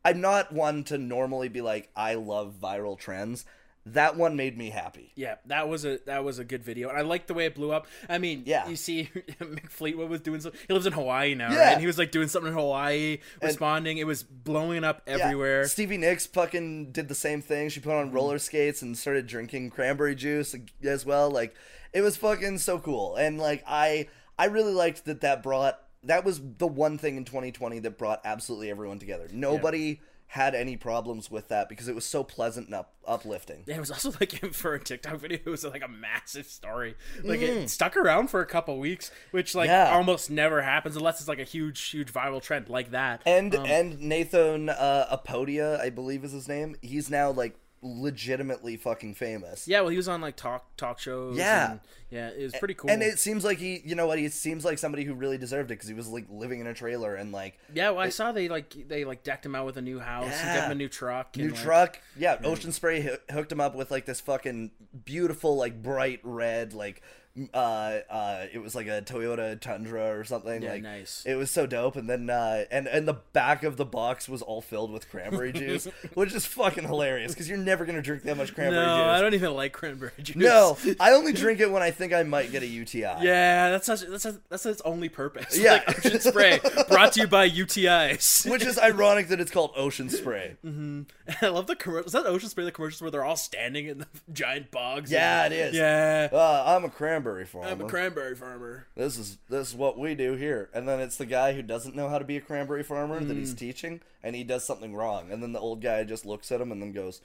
I'm not one to normally be like I love viral trends. That one made me happy.
Yeah, that was a that was a good video, and I liked the way it blew up. I mean,
Yeah.
you see, <laughs> Mick Fleetwood was doing something. He lives in Hawaii now,
Yeah.
right? and he was like doing something in Hawaii, responding. It was blowing up
Yeah,
everywhere. Mm-hmm.
Stevie Nicks fucking did the same thing. She put on roller skates and started drinking cranberry juice as well. Like it was fucking so cool. And like I I really liked that that brought that was the one thing in 2020 that brought absolutely everyone together. Nobody had any problems with that because it was so pleasant and up, uplifting.
And it was also <laughs> like for a TikTok video, it was like a massive story. Like it stuck around for a couple weeks, which like
Mm. Yeah.
almost never happens unless it's like a huge, huge viral trend like that.
And
Um,
and Nathan uh, Apodia, I believe is his name. He's now like legitimately fucking famous.
yeah, well, he was on like talk talk shows.
Yeah.
and, yeah, it was pretty cool.
And it seems like he, you know what? He seems like somebody who really deserved it because he was like living in a trailer and like
yeah, well, I saw they like they like decked him out with a new house, and
Yeah.
gave him a new truck, and,
new
like-
truck. Yeah, Ocean Spray hoo- hooked him up with like this fucking beautiful, like bright red, like uh, uh, it was like a Toyota Tundra or something.
Yeah,
like,
nice.
It was so dope. And then uh, and and the back of the box was all filled with cranberry
<laughs>
juice, which is fucking hilarious because you're never gonna drink that much cranberry
no,
juice.
I don't even like cranberry <laughs>
<laughs>
juice.
no, I only drink it when I think I might get a UTI.
<laughs> Yeah, that's such, that's such- that's its only purpose. <laughs>
Yeah.
like Ocean Spray, brought to
<laughs>
you by UTIs.
Which is ironic that it's called Ocean Spray.
I love the commercial. Is that Ocean Spray? The commercials where they're all standing in the <laughs> giant bogs.
Yeah,
and-
it is.
Yeah,
Uh, I'm a cranberry farmer.
I'm a cranberry farmer.
this is this is what we do here. And then it's the guy who doesn't know how to be a cranberry farmer that
Hmm.
he's teaching, and he does something wrong. And then the old guy just looks at him and then goes,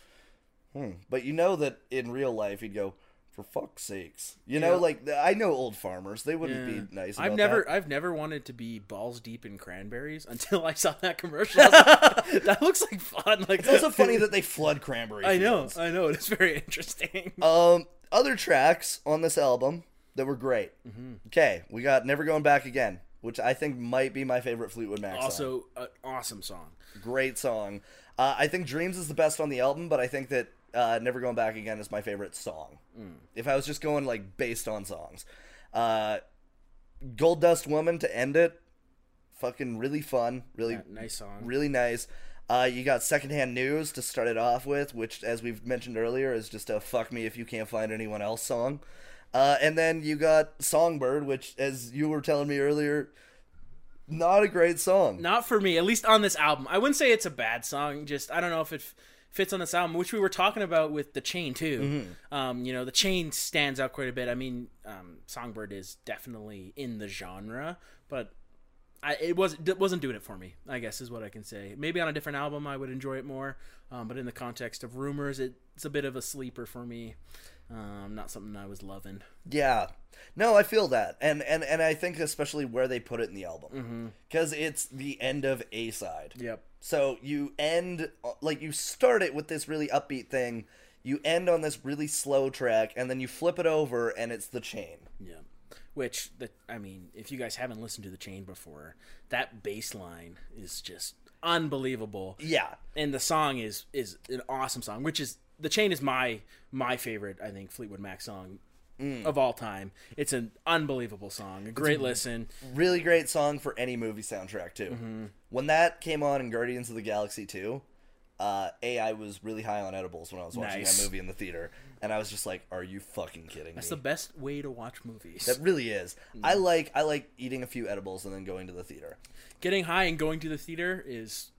"Hmm." But you know that in real life he'd go, "For fuck's sakes!" You know,
Yeah.
like th- I know old farmers; they wouldn't
Yeah.
be nice.
I've
about
never,
that.
I've never wanted to be balls deep in cranberries until I saw
<laughs>
that commercial. I was like, that looks like fun. Like
It's also funny that they flood cranberry.
<laughs> I know,
fields.
I know. It's very <laughs> interesting.
Um, other tracks on this album that were great.
Mm-hmm.
Okay, we got "Never Going Back Again," which I think might be my favorite Fleetwood Mac. song.
also, an awesome song.
great song. Uh, I think Dreams is the best on the album, but I think that uh, Never Going Back Again is my favorite song. If I was just going like based on songs, uh, Gold Dust Woman to end it, fucking really fun, really
Yeah, nice song.
really nice. Uh, you got Secondhand News to start it off with, which, as we've mentioned earlier, is just a fuck me if you can't find anyone else song. Uh, and then you got Songbird, which, as you were telling me earlier, not a great song.
Not for me, at least on this album. I wouldn't say it's a bad song. Just I don't know if it f- fits on this album, which we were talking about with the chain too. Um, you know, the chain stands out quite a bit. I mean, um, Songbird is definitely in the genre, but I, it was it wasn't doing it for me. I guess is what I can say. Maybe on a different album, I would enjoy it more. Um, but in the context of rumors, it, it's a bit of a sleeper for me. Um, not something I was loving.
Yeah. No, I feel that. And and and I think especially where they put it in the
Mm-hmm.
album. Cuz it's the end of A side.
Yep.
So you end like you start it with this really upbeat thing, you end on this really slow track and then you flip it over and it's the chain.
Yeah. Which the I mean, if you guys haven't listened to the chain before, that bass line is just unbelievable.
Yeah.
And the song is is an awesome song, which is the chain is my my favorite, I think, Fleetwood Mac song
Mm.
of all time. It's an unbelievable song. A great listen.
Really great song for any movie soundtrack too.
Mm-hmm.
When that came on in Guardians of the Galaxy 2, uh, A, I was really high on edibles when I was watching
Nice.
that movie in the theater, and I was just like, "Are you fucking kidding me?"
It's the best way to watch movies.
That really is. I
Mm.
like I like eating a few edibles and then going to the theater.
Getting high and going to the theater is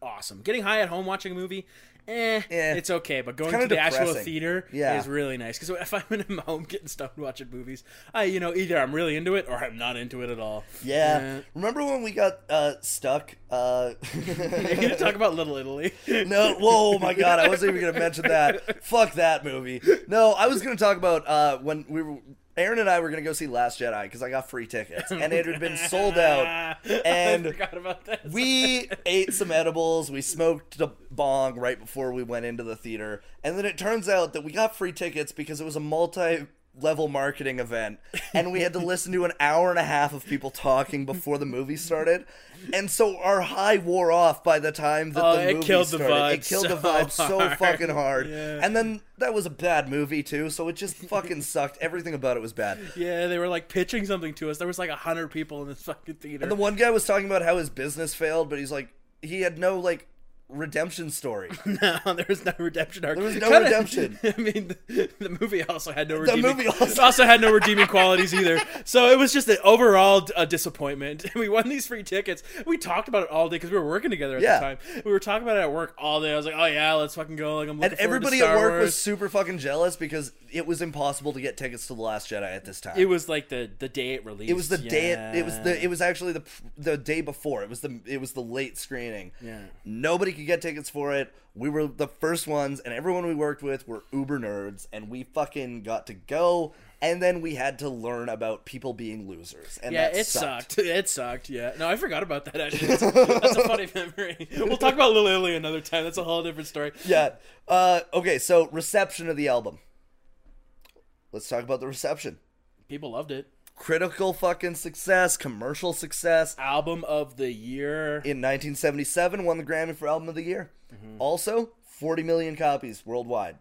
awesome. Getting high at home watching a movie, eh,
Eh.
it's okay. But going
kinda
to the actual
depressing.
theater
Yeah.
is really nice. Because if I'm in my <laughs> home getting stoned watching movies, I you know either I'm really into it or I'm not into it at all. <laughs>
Yeah.
Yeah.
Remember when we got uh, stuck? Uh...
You're gonna talk about Little Italy.
<laughs> no. Whoa, oh my God! I wasn't even gonna mention that. Fuck that movie. No, I was gonna talk about uh, when we were. Aaron and I were gonna go see Last Jedi because I got free tickets and it had been sold out.
<laughs>
and
<laughs> I forgot about that.
We ate some edibles. We smoked a bong right before we went into the theater, and then it turns out that we got free tickets because it was a multi. Level marketing event, and we had to listen to an hour and a half of people talking before the movie started, and so our high wore off by the time that
Oh,
the
it
movie
killed the
started. it
vibe
killed the
so
vibe so
hard.
fucking hard,
Yeah.
and then that was a bad movie too, so it just fucking sucked. Everything about it was bad.
yeah, they were like pitching something to us. There was like a hundred people in this fucking theater.
The one guy was talking about how his business failed, but he's like, he had no like redemption story.
No, <laughs> there was no redemption arc. There
was no redemption.
<laughs> I mean, the, the movie also had no redeeming.
movie also-
<laughs> also had no redeeming qualities either. So it was just an overall d- a disappointment. <laughs> We won these free tickets. We talked about it all day because we were working together at
Yeah.
the time. We were talking about it at work all day. I was like, "Oh yeah, let's fucking go!" Like I'm looking
and
forward
everybody
to
at
Star
work was
Wars.
super fucking jealous because it was impossible to get tickets to the Last Jedi at this time.
It was like the the day it released.
It was the day. It, it was the. It was actually the pr- the day before. It was the. It was the late screening.
Yeah.
Nobody could get tickets for it. We were the first ones, and everyone we worked with were uber nerds, and we fucking got to go. And then we had to learn about people being losers, and
yeah,
that
it
sucked.
sucked. <laughs> It sucked. Yeah. No, I forgot about that.
<laughs>
Actually, that's, that's a funny memory. We'll talk about Lil Lily another time. That's a whole different story.
yeah. Uh, okay, so reception of the album. Let's talk about the reception.
People loved it.
Critical fucking success, commercial success.
Album of the year.
In 1977, won the Grammy for Album of the Year. Also, 40 million copies worldwide,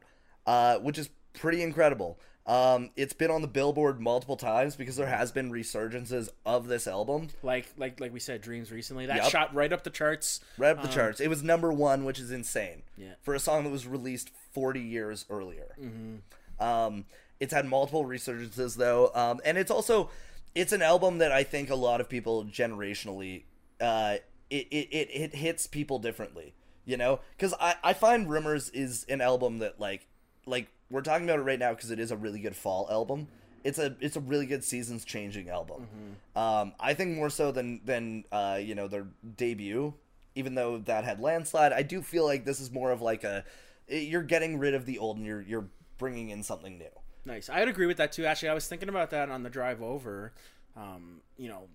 uh, which is pretty incredible. Um, it's been on the Billboard multiple times because there has been resurgences of this album.
Like like like we said, dreams recently that
Yep.
shot right up the charts.
Right up the
Um,
charts. It was number one, which is insane.
Yeah.
For a song that was released 40 years earlier.
Mm-hmm.
Um, it's had multiple resurgences, though. Um, and it's also, it's an album that I think a lot of people generationally, uh, it, it, it, it hits people differently, you know? Because I, I find Rumors is an album that, like, like we're talking about it right now because it is a really good fall album. It's a it's a really good seasons changing album.
Mm-hmm.
Um, I think more so than than uh, you know their debut, even though that had landslide. I do feel like this is more of like a eh, you're getting rid of the old and you're you're bringing in something new.
Nice. I'd agree with that too. Actually, I was thinking about that on the drive over. Um, you know,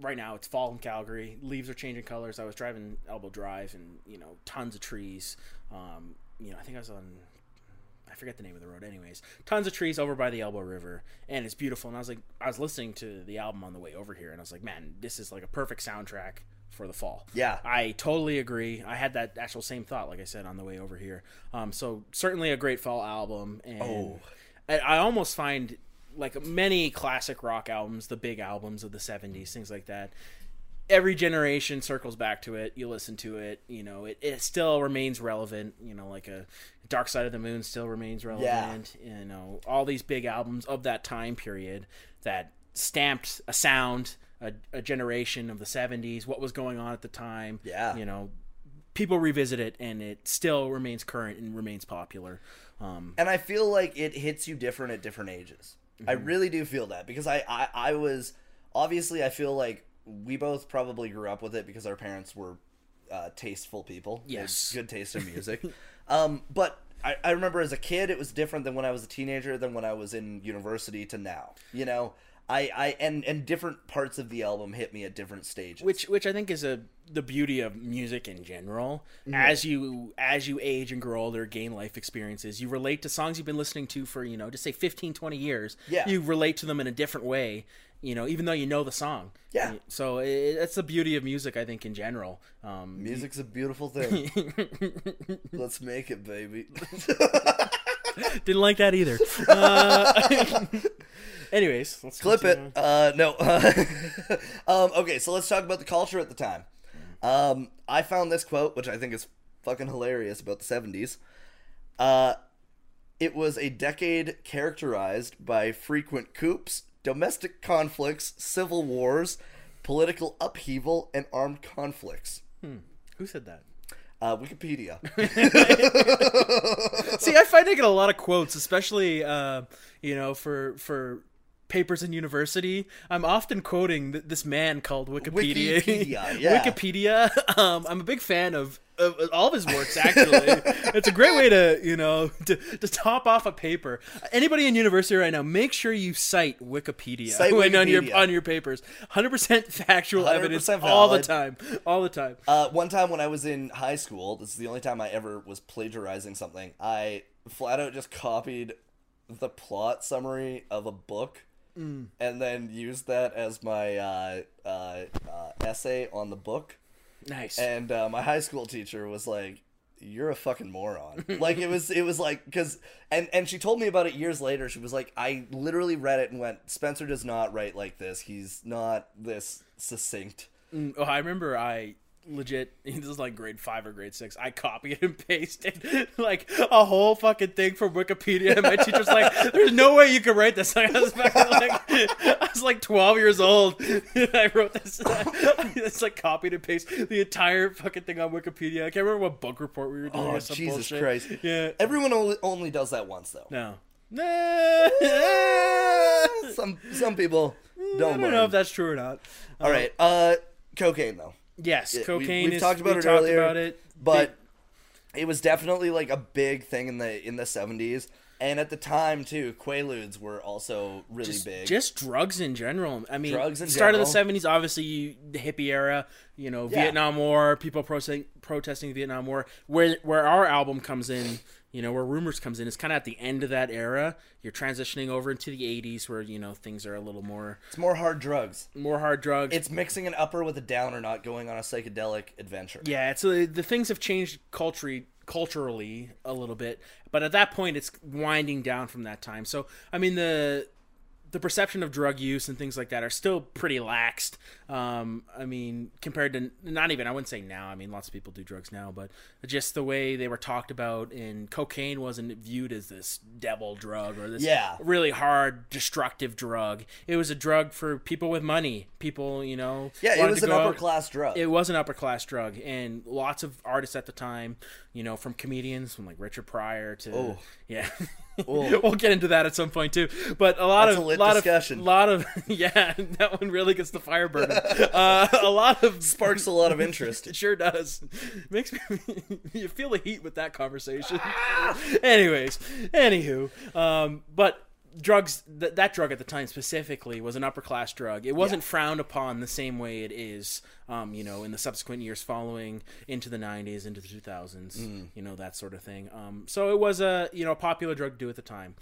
right now it's fall in Calgary. Leaves are changing colors. I was driving Elbow Drive, and you know, tons of trees. Um, you know, I think I was on. I forget the name of the road. Anyways, tons of trees over by the Elbow River, and it's beautiful. And I was like, I was listening to the album on the way over here, and I was like, man, this is like a perfect soundtrack for the fall.
Yeah.
I totally agree. I had that actual same thought, like I said, on the way over here. Um, so certainly a great fall album, and
Oh.
I, I almost find like many classic rock albums, the big albums of the '70s, things like that. Every generation circles back to it. You listen to it, you know, it, it still remains relevant. You know, like a Dark Side of the Moon still remains relevant. You know, all these big albums of that time period that stamped a sound, a, a generation of the 70s, what was going on at the time.
Yeah.
You know, people revisit it and it still remains current and remains popular. Um,
and I feel like it hits you different at different ages. I really do feel that because I, I I was obviously I feel like we both probably grew up with it because our parents were uh, tasteful people. They had
Yes.
good taste in music. um, but I, I remember as a kid, it was different than when I was a teenager, than when I was in university to now. You know, I I and and different parts of the album hit me at different stages.
which which I think is a the beauty of music in general.
Mm-hmm.
As you as you age and grow older, gain life experiences, you relate to songs you've been listening to for, you know, just say 15, 20 years.
Yeah.
You relate to them in a different way, you know, even though you know the song.
Yeah.
So it, that's the beauty of music, I think, in general.
<laughs>
Um,
music's a beautiful thing. Let's make it, baby.
Didn't like
<laughs>
that either. Uh, <laughs> anyways, let's
Clip it.
continue.
Uh, no. <laughs> um, okay, so let's talk about the culture at the time. Um, I found this quote, which I think is fucking hilarious about the 70s. Uh, it was a decade characterized by frequent coups, domestic conflicts, civil wars, political upheaval, and armed conflicts.
Who said that?
Uh, Wikipedia.
See, I find I get a lot of quotes, especially uh, you know for for papers in university. I'm often quoting th- this man called Wikipedia. <laughs>
Wikipedia, yeah.
Wikipedia. Um, I'm a big fan of, of all of his
<laughs>
works. Actually, it's a great way to you know to, to top off a paper. Anybody in university right now, make sure you cite Wikipedia,
Cite
<laughs> when on your
Wikipedia.
on your papers. 100 percent factual evidence
100%
all the
valid.
time, all the time.
Uh, one time when I was in high school, this is the only time I ever was plagiarizing something. I flat out just copied the plot summary of a book and then used that as my uh, uh, uh, essay on the book.
Nice.
And uh, my high school teacher was like, "You're a fucking moron." like it was, it was like because and and she told me about it years later. She was like, "I literally read it and went, Spencer does not write like this. He's not this succinct."
Mm, Oh, I remember I legit <laughs> this is like grade five or grade six. I copied and pasted <laughs> like a whole fucking thing from Wikipedia, and my
<laughs>
teacher's like, "There's no way you could write this." <laughs> Like, I was fucking like, <laughs> I was like 12 years old. <laughs> I wrote this. <laughs> it's like copied and pasted the entire fucking thing on Wikipedia. I can't remember what book report we were doing.
Oh
or some
Jesus
bullshit.
Christ!
Yeah.
Everyone only, only does that once though. <laughs>
No. <laughs> I
Some some people don't,
don't
learn.
know if that's true or not.
All
Um,
right, uh, cocaine though,
Yes,
we-
cocaine.
we've
is,
talked about
we
it
talked
earlier,
about it.
but it was definitely like a big thing in the in the seventies, and at the time too, quaaludes were also really
just,
big.
just drugs in general. I mean,
Drugs in
start of the
general.
seventies, obviously you, the hippie era. You know,
Yeah.
Vietnam War, people protesting protesting the Vietnam War. Where where our album comes in, you know, where Rumors comes in, is kind of at the end of that era. You're transitioning over into the eighties, where you know things are a little more
it's more hard drugs.
more hard drugs.
It's mixing an upper with a downer, not going on a psychedelic adventure.
yeah, it's uh, the things have changed culturally culturally a little bit, but at that point it's winding down from that time. So I mean the the perception of drug use and things like that are still pretty laxed. Um, I mean, compared to not even I wouldn't say now. I mean, lots of people do drugs now, but just the way they were talked about and cocaine wasn't viewed as this devil drug or this
Yeah.
really hard destructive drug. It was a drug for people with money, people you know.
Yeah, it
wanted
was
to
an
go out-
upper class drug.
it was an upper class drug, and lots of artists at the time, you know, from comedians from like Richard Pryor to
Oh.
yeah,
<laughs> Oh.
<laughs> we'll get into that at some point too. But a lot
That's
of
a lit
lot
discussion.
of lot of <laughs> yeah, that one really gets the fire
<laughs>
burning. uh, a lot of
Sparks a lot
<laughs>
of interest.
it sure does. Makes me <laughs> you feel the heat with that conversation. <laughs> Anyways, anywho, um, but drugs th- that drug at the time specifically was an upper class drug. It wasn't frowned upon the same way it is, um, you know, in the subsequent years following into the '90s, into the 2000s, you know, that sort of thing. Um, so it was a you know popular drug to do at the time.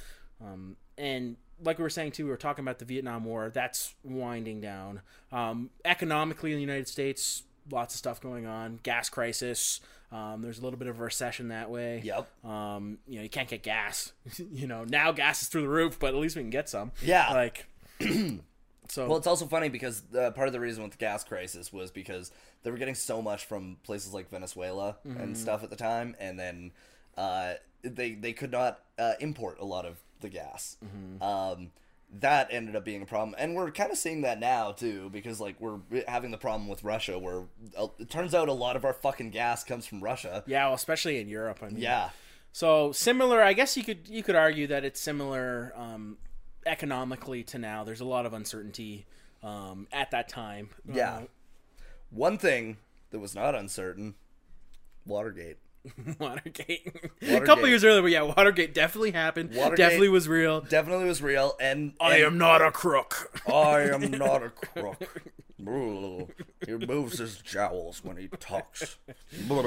Um, and like we were saying too, we were talking about the Vietnam War. That's winding down. Um, economically in the United States, lots of stuff going on. Gas crisis. Um, there's a little bit of a recession that way.
Yep.
Um, you know, you can't get gas. <laughs> you know, now gas is through the roof, but at least we can get some.
Yeah.
Like, so
Well, it's also funny because uh, part of the reason with the gas crisis was because they were getting so much from places like Venezuela and stuff at the time, and then uh, they they could not uh, import a lot of the gas. Um, that ended up being a problem, and we're kind of seeing that now too, because like we're having the problem with Russia, where uh, it turns out a lot of our fucking gas comes from Russia.
yeah, well, especially in Europe. I mean,
Yeah,
So similar, I guess you could you could argue that it's similar um, economically to now. There's a lot of uncertainty um, at that time.
Yeah.
Uh,
one thing that was not uncertain: Watergate.
<laughs> Watergate. a
Watergate.
couple years earlier, but yeah, Watergate definitely happened.
Watergate-
Definitely was real.
Definitely was real, and
I
and-
am not a crook.
I
<laughs>
am not a crook. Brrr. He moves his jowls when he talks.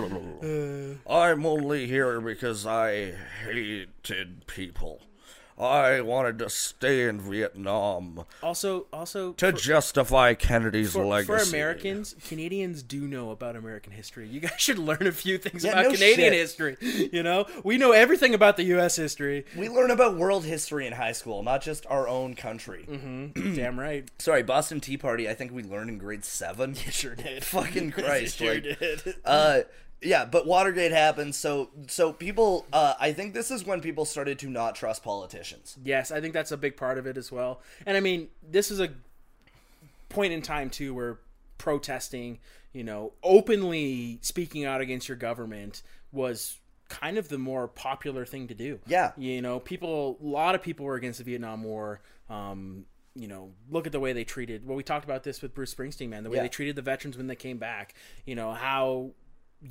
Brrr. I'm only here because I hated people. I wanted to stay in Vietnam
Also, also
to justify Kennedy's
for,
legacy.
for Americans, Canadians do know about American history. You guys <laughs> should learn a few things
Yeah,
about
no shit.
Canadian history. You know, we know everything about the U.S. history. <clears throat>
we learn about world history in high school, not just our own country.
Damn right.
Sorry, Boston Tea Party. I think we learned in grade
<laughs>
seven.
Sure did.
<laughs>
<laughs>
Fucking Christ!
sure
like,
did. <laughs>
uh yeah but watergate happened so so people uh i think this is when people started to not trust politicians
Yes, I think that's a big part of it as well. And I mean, this is a point in time too where protesting, you know, openly speaking out against your government was kind of the more popular thing to do.
Yeah.
You know, people a lot of people were against the Vietnam War. Um you know, look at the way they treated. Well, we talked about this with Bruce Springsteen, man. The way
Yeah.
they treated the veterans when they came back. You know how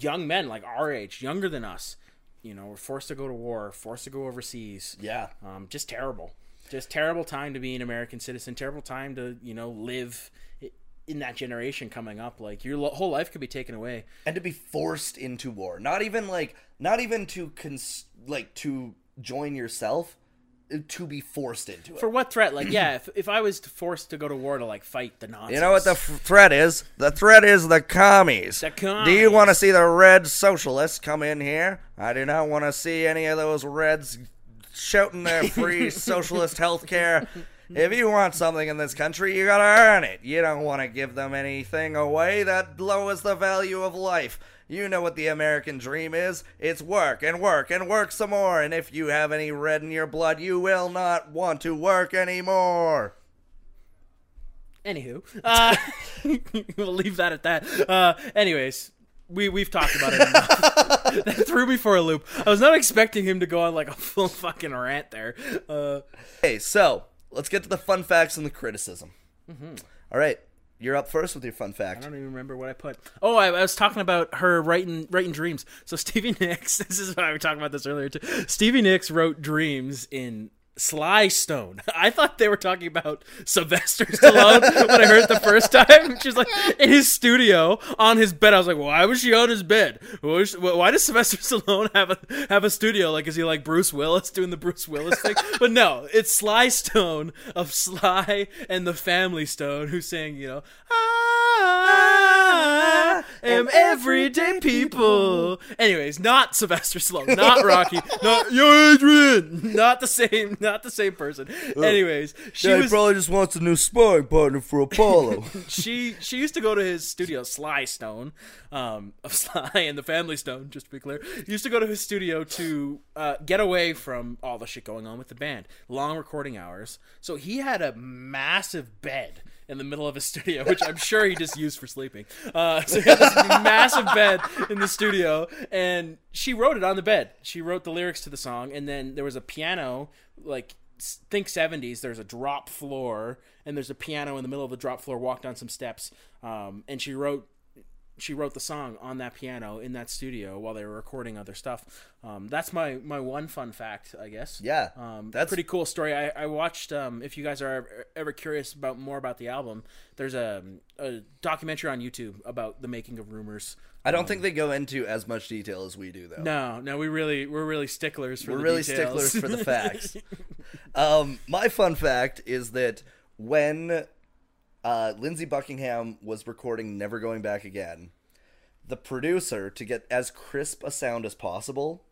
young men like our age, younger than us, you know, were forced to go to war, forced to go overseas.
yeah
Um, just terrible. Just terrible time to be an American citizen. Terrible time to you know live i- in that generation coming up. Like your lo- whole life could be taken away.
and to be forced into war not even like not even to cons- like to join yourself uh, to be forced into it
For what threat? Like yeah, if, if I was forced to go to war to like fight the Nazis,
you know what the f- threat is? The threat is the commies.
The
Do you
commies.
want to see the red socialists come in here? I do not want to see any of those reds shouting their
<laughs>
free socialist health care. If you want something in this country, you gotta earn it. You don't want to give them anything away that lowers the value of life. You know what the American dream is. It's work and work and work some more. And if you have any red in your blood, you will not want to work anymore.
Anywho, uh, <laughs> we'll leave that at that. Uh, anyways, we we've talked about it. Enough. <laughs> that threw me for a loop. I was not expecting him to go on like a full fucking rant there. Uh,
Okay, so let's get to the fun facts and the criticism. All right, you're up first with your fun
Mm-hmm. I
fact.
don't even remember what I put. Oh, I, I was talking about her writing writing dreams. So <laughs> Stevie Nicks, this is why we were talking about this earlier too. Stevie Nicks wrote dreams in Sly Stone. <laughs> I thought they were talking about Sylvester <laughs> Stallone when I heard it the first time. <laughs> She's like in his studio on his bed. I was like, why was she on his bed? Why was- Why does Sylvester <laughs> Stallone have a have a studio? Like, is he like Bruce Willis doing the Bruce Willis thing? but no, it's Sly Stone of Sly and the Family Stone who's saying, you know, ah, am everyday people. Anyways, not Sylvester Stallone, not Rocky, not Yo Adrian, <laughs> not the same, not the same person. Anyways, she
yeah, he
was
probably just wants a new sparring partner for
<laughs>
Apollo.
she she used to go to his studio, Sly Stone, um, <laughs> of Sly and the Family Stone, just to be clear, used to go to his studio to uh, get away from all the shit going on with the band. Long recording hours, so he had a massive bed in the middle of his studio, which I'm sure he just used for sleeping. Uh, so he had this massive bed in the studio, and she wrote it on the bed. She wrote the lyrics to the song, and then there was a piano like s- think 70s there's a drop floor and there's a piano in the middle of the drop floor walk down some steps um, and she wrote she wrote the song on that piano in that studio while they were recording other stuff um, that's my my one fun fact i guess
Yeah,
um,
that's-
that's pretty cool story i, I watched um, if you guys are ever curious about more about the album there's a, a documentary on youtube about the making of rumors
I don't think they go into as much detail as we do, though.
no no we really we're really sticklers for
We're
the
really
details. <laughs>
sticklers for the facts. um, my fun fact is that when uh, Lindsey Buckingham was recording "Never Going Back Again," the producer, to get as crisp a sound as possible,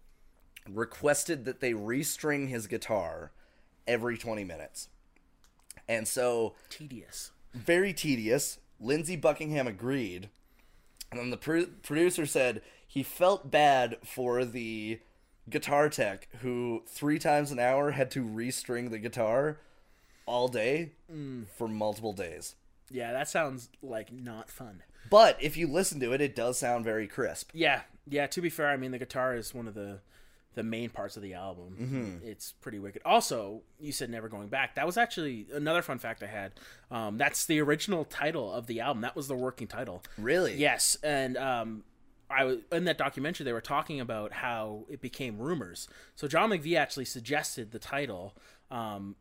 requested that they restring his guitar every 20 minutes. And so
tedious
very tedious. Lindsey Buckingham agreed. And then the pro- producer said he felt bad for the guitar tech who three times an hour had to restring the guitar all day
Mm.
for multiple days.
yeah that sounds like not fun
But if you listen to it, it does sound very crisp.
Yeah, yeah. To be fair, I mean the guitar is one of the the main parts of the album. It's pretty wicked. Also, you said never going back. That was actually another fun fact I had. Um, that's the original title of the album. That was the working title.
Really?
Yes, and um, I was in that documentary they were talking about how it became rumors. So John McVie actually suggested the title, um,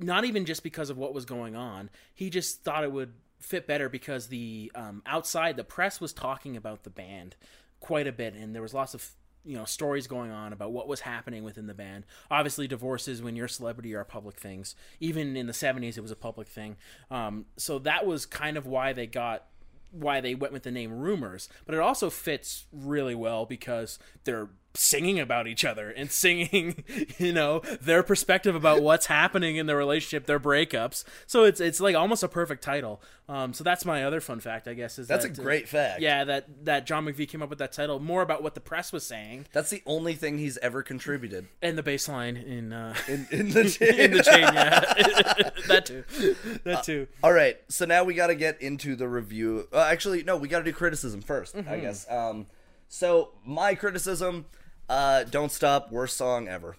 not even just because of what was going on. He just thought it would fit better because the um, outside the press was talking about the band quite a bit, and there was lots of you know stories going on about what was happening within the band obviously divorces when you're a celebrity are public things even in the 70s it was a public thing um, so that was kind of why they got why they went with the name rumors but it also fits really well because they're singing about each other and singing <laughs> you know their perspective about what's happening in their relationship their breakups so it's it's like almost a perfect title um so that's my other fun fact i guess is
That's a
that, uh,
great fact.
yeah that that john mcvie came up with that title more about what the press was saying
That's the only thing he's ever contributed.
<laughs> and the bass line in uh <laughs>
In, in the
in the chain yeah <laughs> that too
Uh,
that too
All right, so now we got to get into the review. Uh, actually, no, we got to do criticism 1st
Mm-hmm.
I guess. Um, so my criticism, uh, "Don't Stop," worst song ever.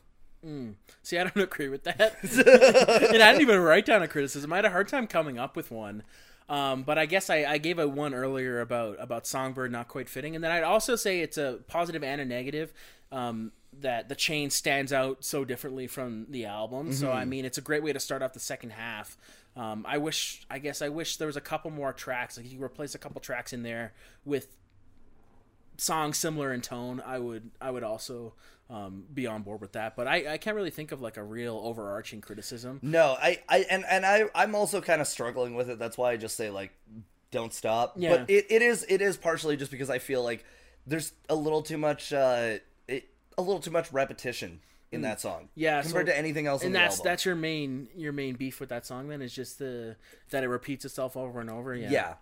See, I don't <laughs> agree with that. and I didn't even write down a criticism. I had a hard time coming up with one. Um, but I guess I, I gave a one earlier about about Songbird not quite fitting, and then I'd also say it's a positive and a negative um, that the chain stands out so differently from the album. So I mean, it's a great way to start off the second half. Um, I wish, I guess, I wish there was a couple more tracks. Like you could replace a couple tracks in there with songs similar in tone, I would I would also um, be on board with that. But I, I can't really think of like a real overarching criticism.
No, I, I and and I, I'm also kind of struggling with it. That's why I just say like, "Don't Stop."
Yeah.
But it, it is it is partially just because I feel like there's a little too much uh, it, a little too much repetition in that song.
Mm. Yeah,
compared
so-
to anything else. in
And
the
that's
album.
that's your main your main beef with that song then is just the that it repeats itself over and over. Yeah.
yeah.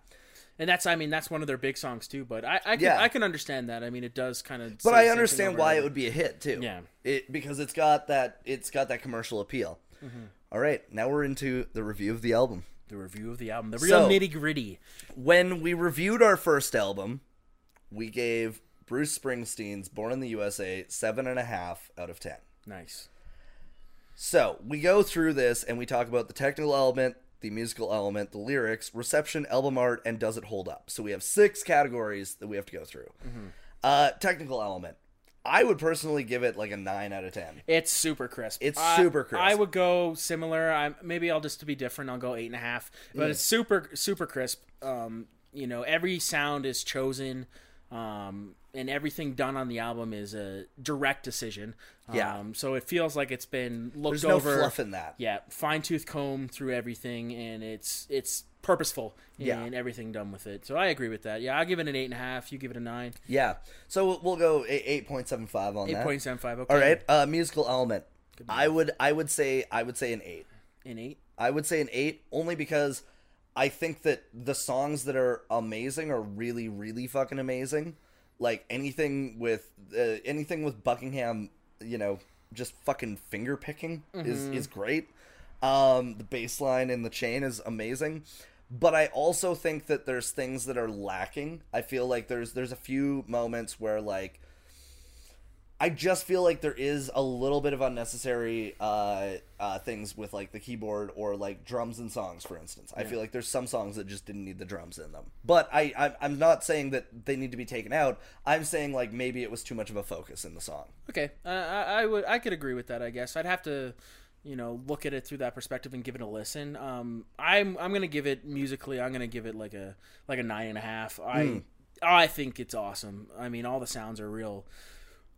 And that's I mean that's one of their big songs too. But I I can,
Yeah.
I can understand that. I mean it does kind of.
But I understand why it would be a hit too.
Yeah.
It because it's got that it's got that commercial appeal. All right, now we're into the review of the album.
the review of the album, the real
So-
nitty gritty.
When we reviewed our first album, we gave Bruce Springsteen's "Born in the USA" seven and a half out of ten.
Nice.
So we go through this and we talk about the technical element, the musical element, the lyrics, reception, album art, and does it hold up? So we have six categories that we have to go through. Uh, technical element. I would personally give it like a nine out of ten.
It's super crisp.
It's
I-
super crisp.
I would go similar. I maybe I'll just to be different. I'll go eight and a half. But it's super super crisp. Um, you know, every sound is chosen. Um, and everything done on the album is a direct decision.
Yeah.
Um, so it feels like it's been looked
There's no
over.
fluff in that.
yeah, fine tooth comb through everything, and it's it's purposeful
Yeah.
and everything done with it. So I agree with that. Yeah, I'll give it an eight and a half. You give it a nine.
Yeah. So we'll- we'll go eight point seven five on
Eight
that.
point seven five. Okay.
All right. Uh, musical element. I would I would say I would say an eight.
An eight.
I would say an eight only because I think that the songs that are amazing are really, really fucking amazing. Like anything with uh, anything with Buckingham, you know, just fucking finger picking is is great. Um, the bass line and the chain is amazing, but I also think that there's things that are lacking. I feel like there's there's a few moments where like I just feel like there is a little bit of unnecessary uh, uh, things with like the keyboard or like drums and songs, for instance. I feel like there's some songs that just didn't need the drums in them. But I, I I'm not saying that they need to be taken out. I'm saying like maybe it was too much of a focus in the song.
Okay, uh, I, I would I could agree with that. I guess I'd have to, you know, look at it through that perspective and give it a listen. Um, I'm I'm gonna give it musically. I'm gonna give it like a like a nine and a half. I I think it's awesome. I mean, all the sounds are real,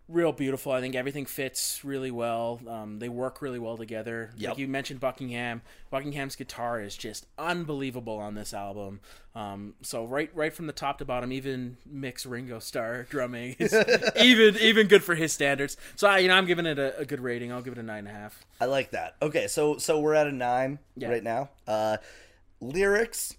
real beautiful. I think everything fits really well. Um, they work really well together.
Yep.
Like you mentioned, Buckingham. Buckingham's guitar is just unbelievable on this album. Um, so right right from the top to bottom, even mix Ringo Starr drumming is even even good for his standards. So I, you know, I'm giving it a, a good rating. I'll give it a nine and a half.
I like that. Okay, so so we're at a nine
Yeah.
right now. Uh, lyrics,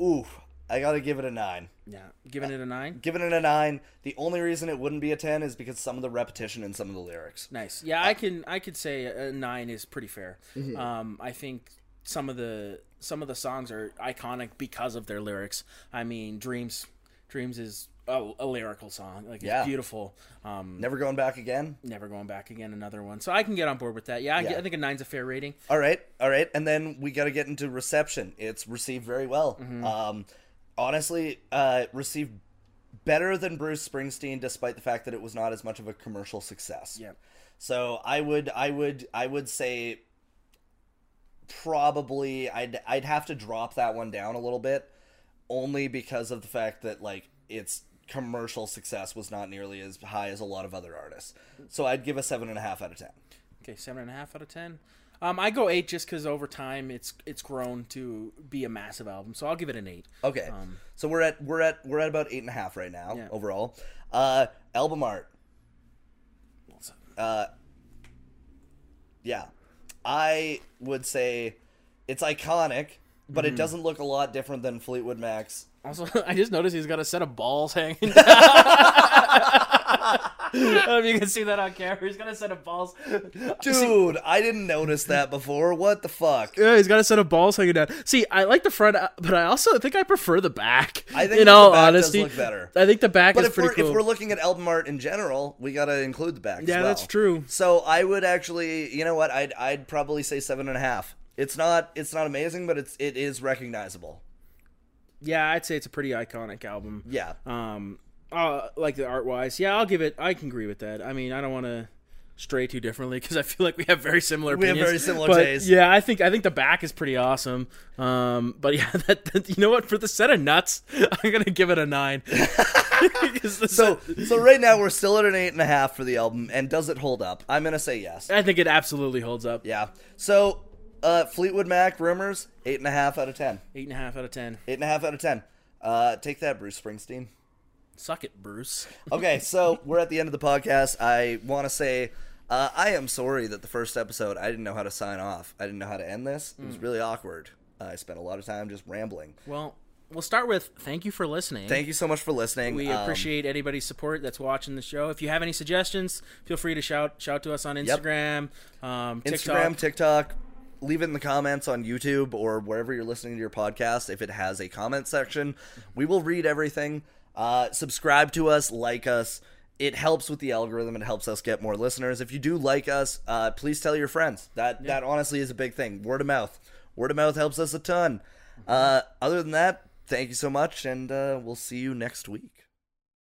ooh, I gotta give it a nine.
Yeah, giving it a nine.
Giving it a nine. The only reason it wouldn't be a ten is because some of the repetition in some of the lyrics.
Nice. Yeah, I can I could say a a nine is pretty fair. Um, I think some of the some of the songs are iconic because of their lyrics. I mean, dreams dreams is a, a lyrical song. Like it's
Yeah.
beautiful. Um,
Never going back again.
never going back again. Another one. So I can get on board with that. Yeah, I, get-
Yeah.
I think a nine's a fair rating.
All right, all right, and then we got to get into reception. It's received very well. Um, honestly, uh, received better than Bruce Springsteen, despite the fact that it was not as much of a commercial success.
Yeah.
So I would, I would, I would say probably I'd I'd have to drop that one down a little bit, only because of the fact that like its commercial success was not nearly as high as a lot of other artists. So I'd give a seven and a half out of ten.
Okay, seven and a half out of ten. Um, I go eight just because over time it's it's grown to be a massive album. So I'll give it an eight.
Okay.
Um,
so we're at we're at we're at about eight and a half right now
Yeah.
overall. Uh, album art. Uh, yeah, I would say it's iconic, but
Mm-hmm.
it doesn't look a lot different than Fleetwood Mac's.
Also, <laughs> I just noticed he's got a set of balls hanging. <laughs> down. I don't know if you can see that on camera. He's got a set of balls.
Dude, I didn't notice that
<laughs>
before. What the fuck?
Yeah, he's got a set of balls hanging down. See, I like the front, uh, but I also think I prefer the back.
I think
in
the
all
back does
honesty,
look better.
I think the back
But
is
if we're
pretty cool.
if we're looking at album art in general, we gotta include the back. as
Yeah,
well.
that's true.
So I would actually, you know what? I'd I'd probably say seven and a half. It's not it's not amazing, but it's it is recognizable.
yeah, I'd say it's a pretty iconic album.
Yeah.
um uh like the art wise yeah i'll give it i can agree with that i mean i don't want to stray too differently because i feel like we have very similar
We have
opinions,
very similar
but
tastes.
yeah i think i think the back is pretty awesome um but yeah <laughs> that, that- you know what for the set of nuts <laughs> i'm gonna give it a nine <laughs> 'Cause the
So
set-
so right now we're still at an eight and a half for the album, and does it hold up? I'm gonna say yes.
i think it absolutely holds up
Yeah. So uh, Fleetwood Mac rumors eight and a half out of ten.
eight and a half out of ten
Eight and a half out of ten. Uh, take that, Bruce Springsteen.
suck it bruce
Okay,
<laughs>
so we're at the end of the podcast. I want to say uh, I am sorry that the first episode I didn't know how to sign off. I didn't know how to end this. It was
Mm.
really awkward. I spent a lot of time just rambling.
well we'll start with thank you for listening
Thank you so much for listening.
We
Um,
appreciate anybody's support that's watching the show. If you have any suggestions, feel free to shout shout to us on Instagram, um, TikTok.
Instagram, TikTok. Leave it in the comments on YouTube or wherever you're listening to your podcast. If it has a comment section, we will read everything. Uh, subscribe to us, like us. It helps with the algorithm. It helps us get more listeners. If you do like us, uh, please tell your friends. That that honestly is a big thing. Word of mouth. Word of mouth helps us a ton. Uh, other than that, thank you so much, and uh, we'll see you next week.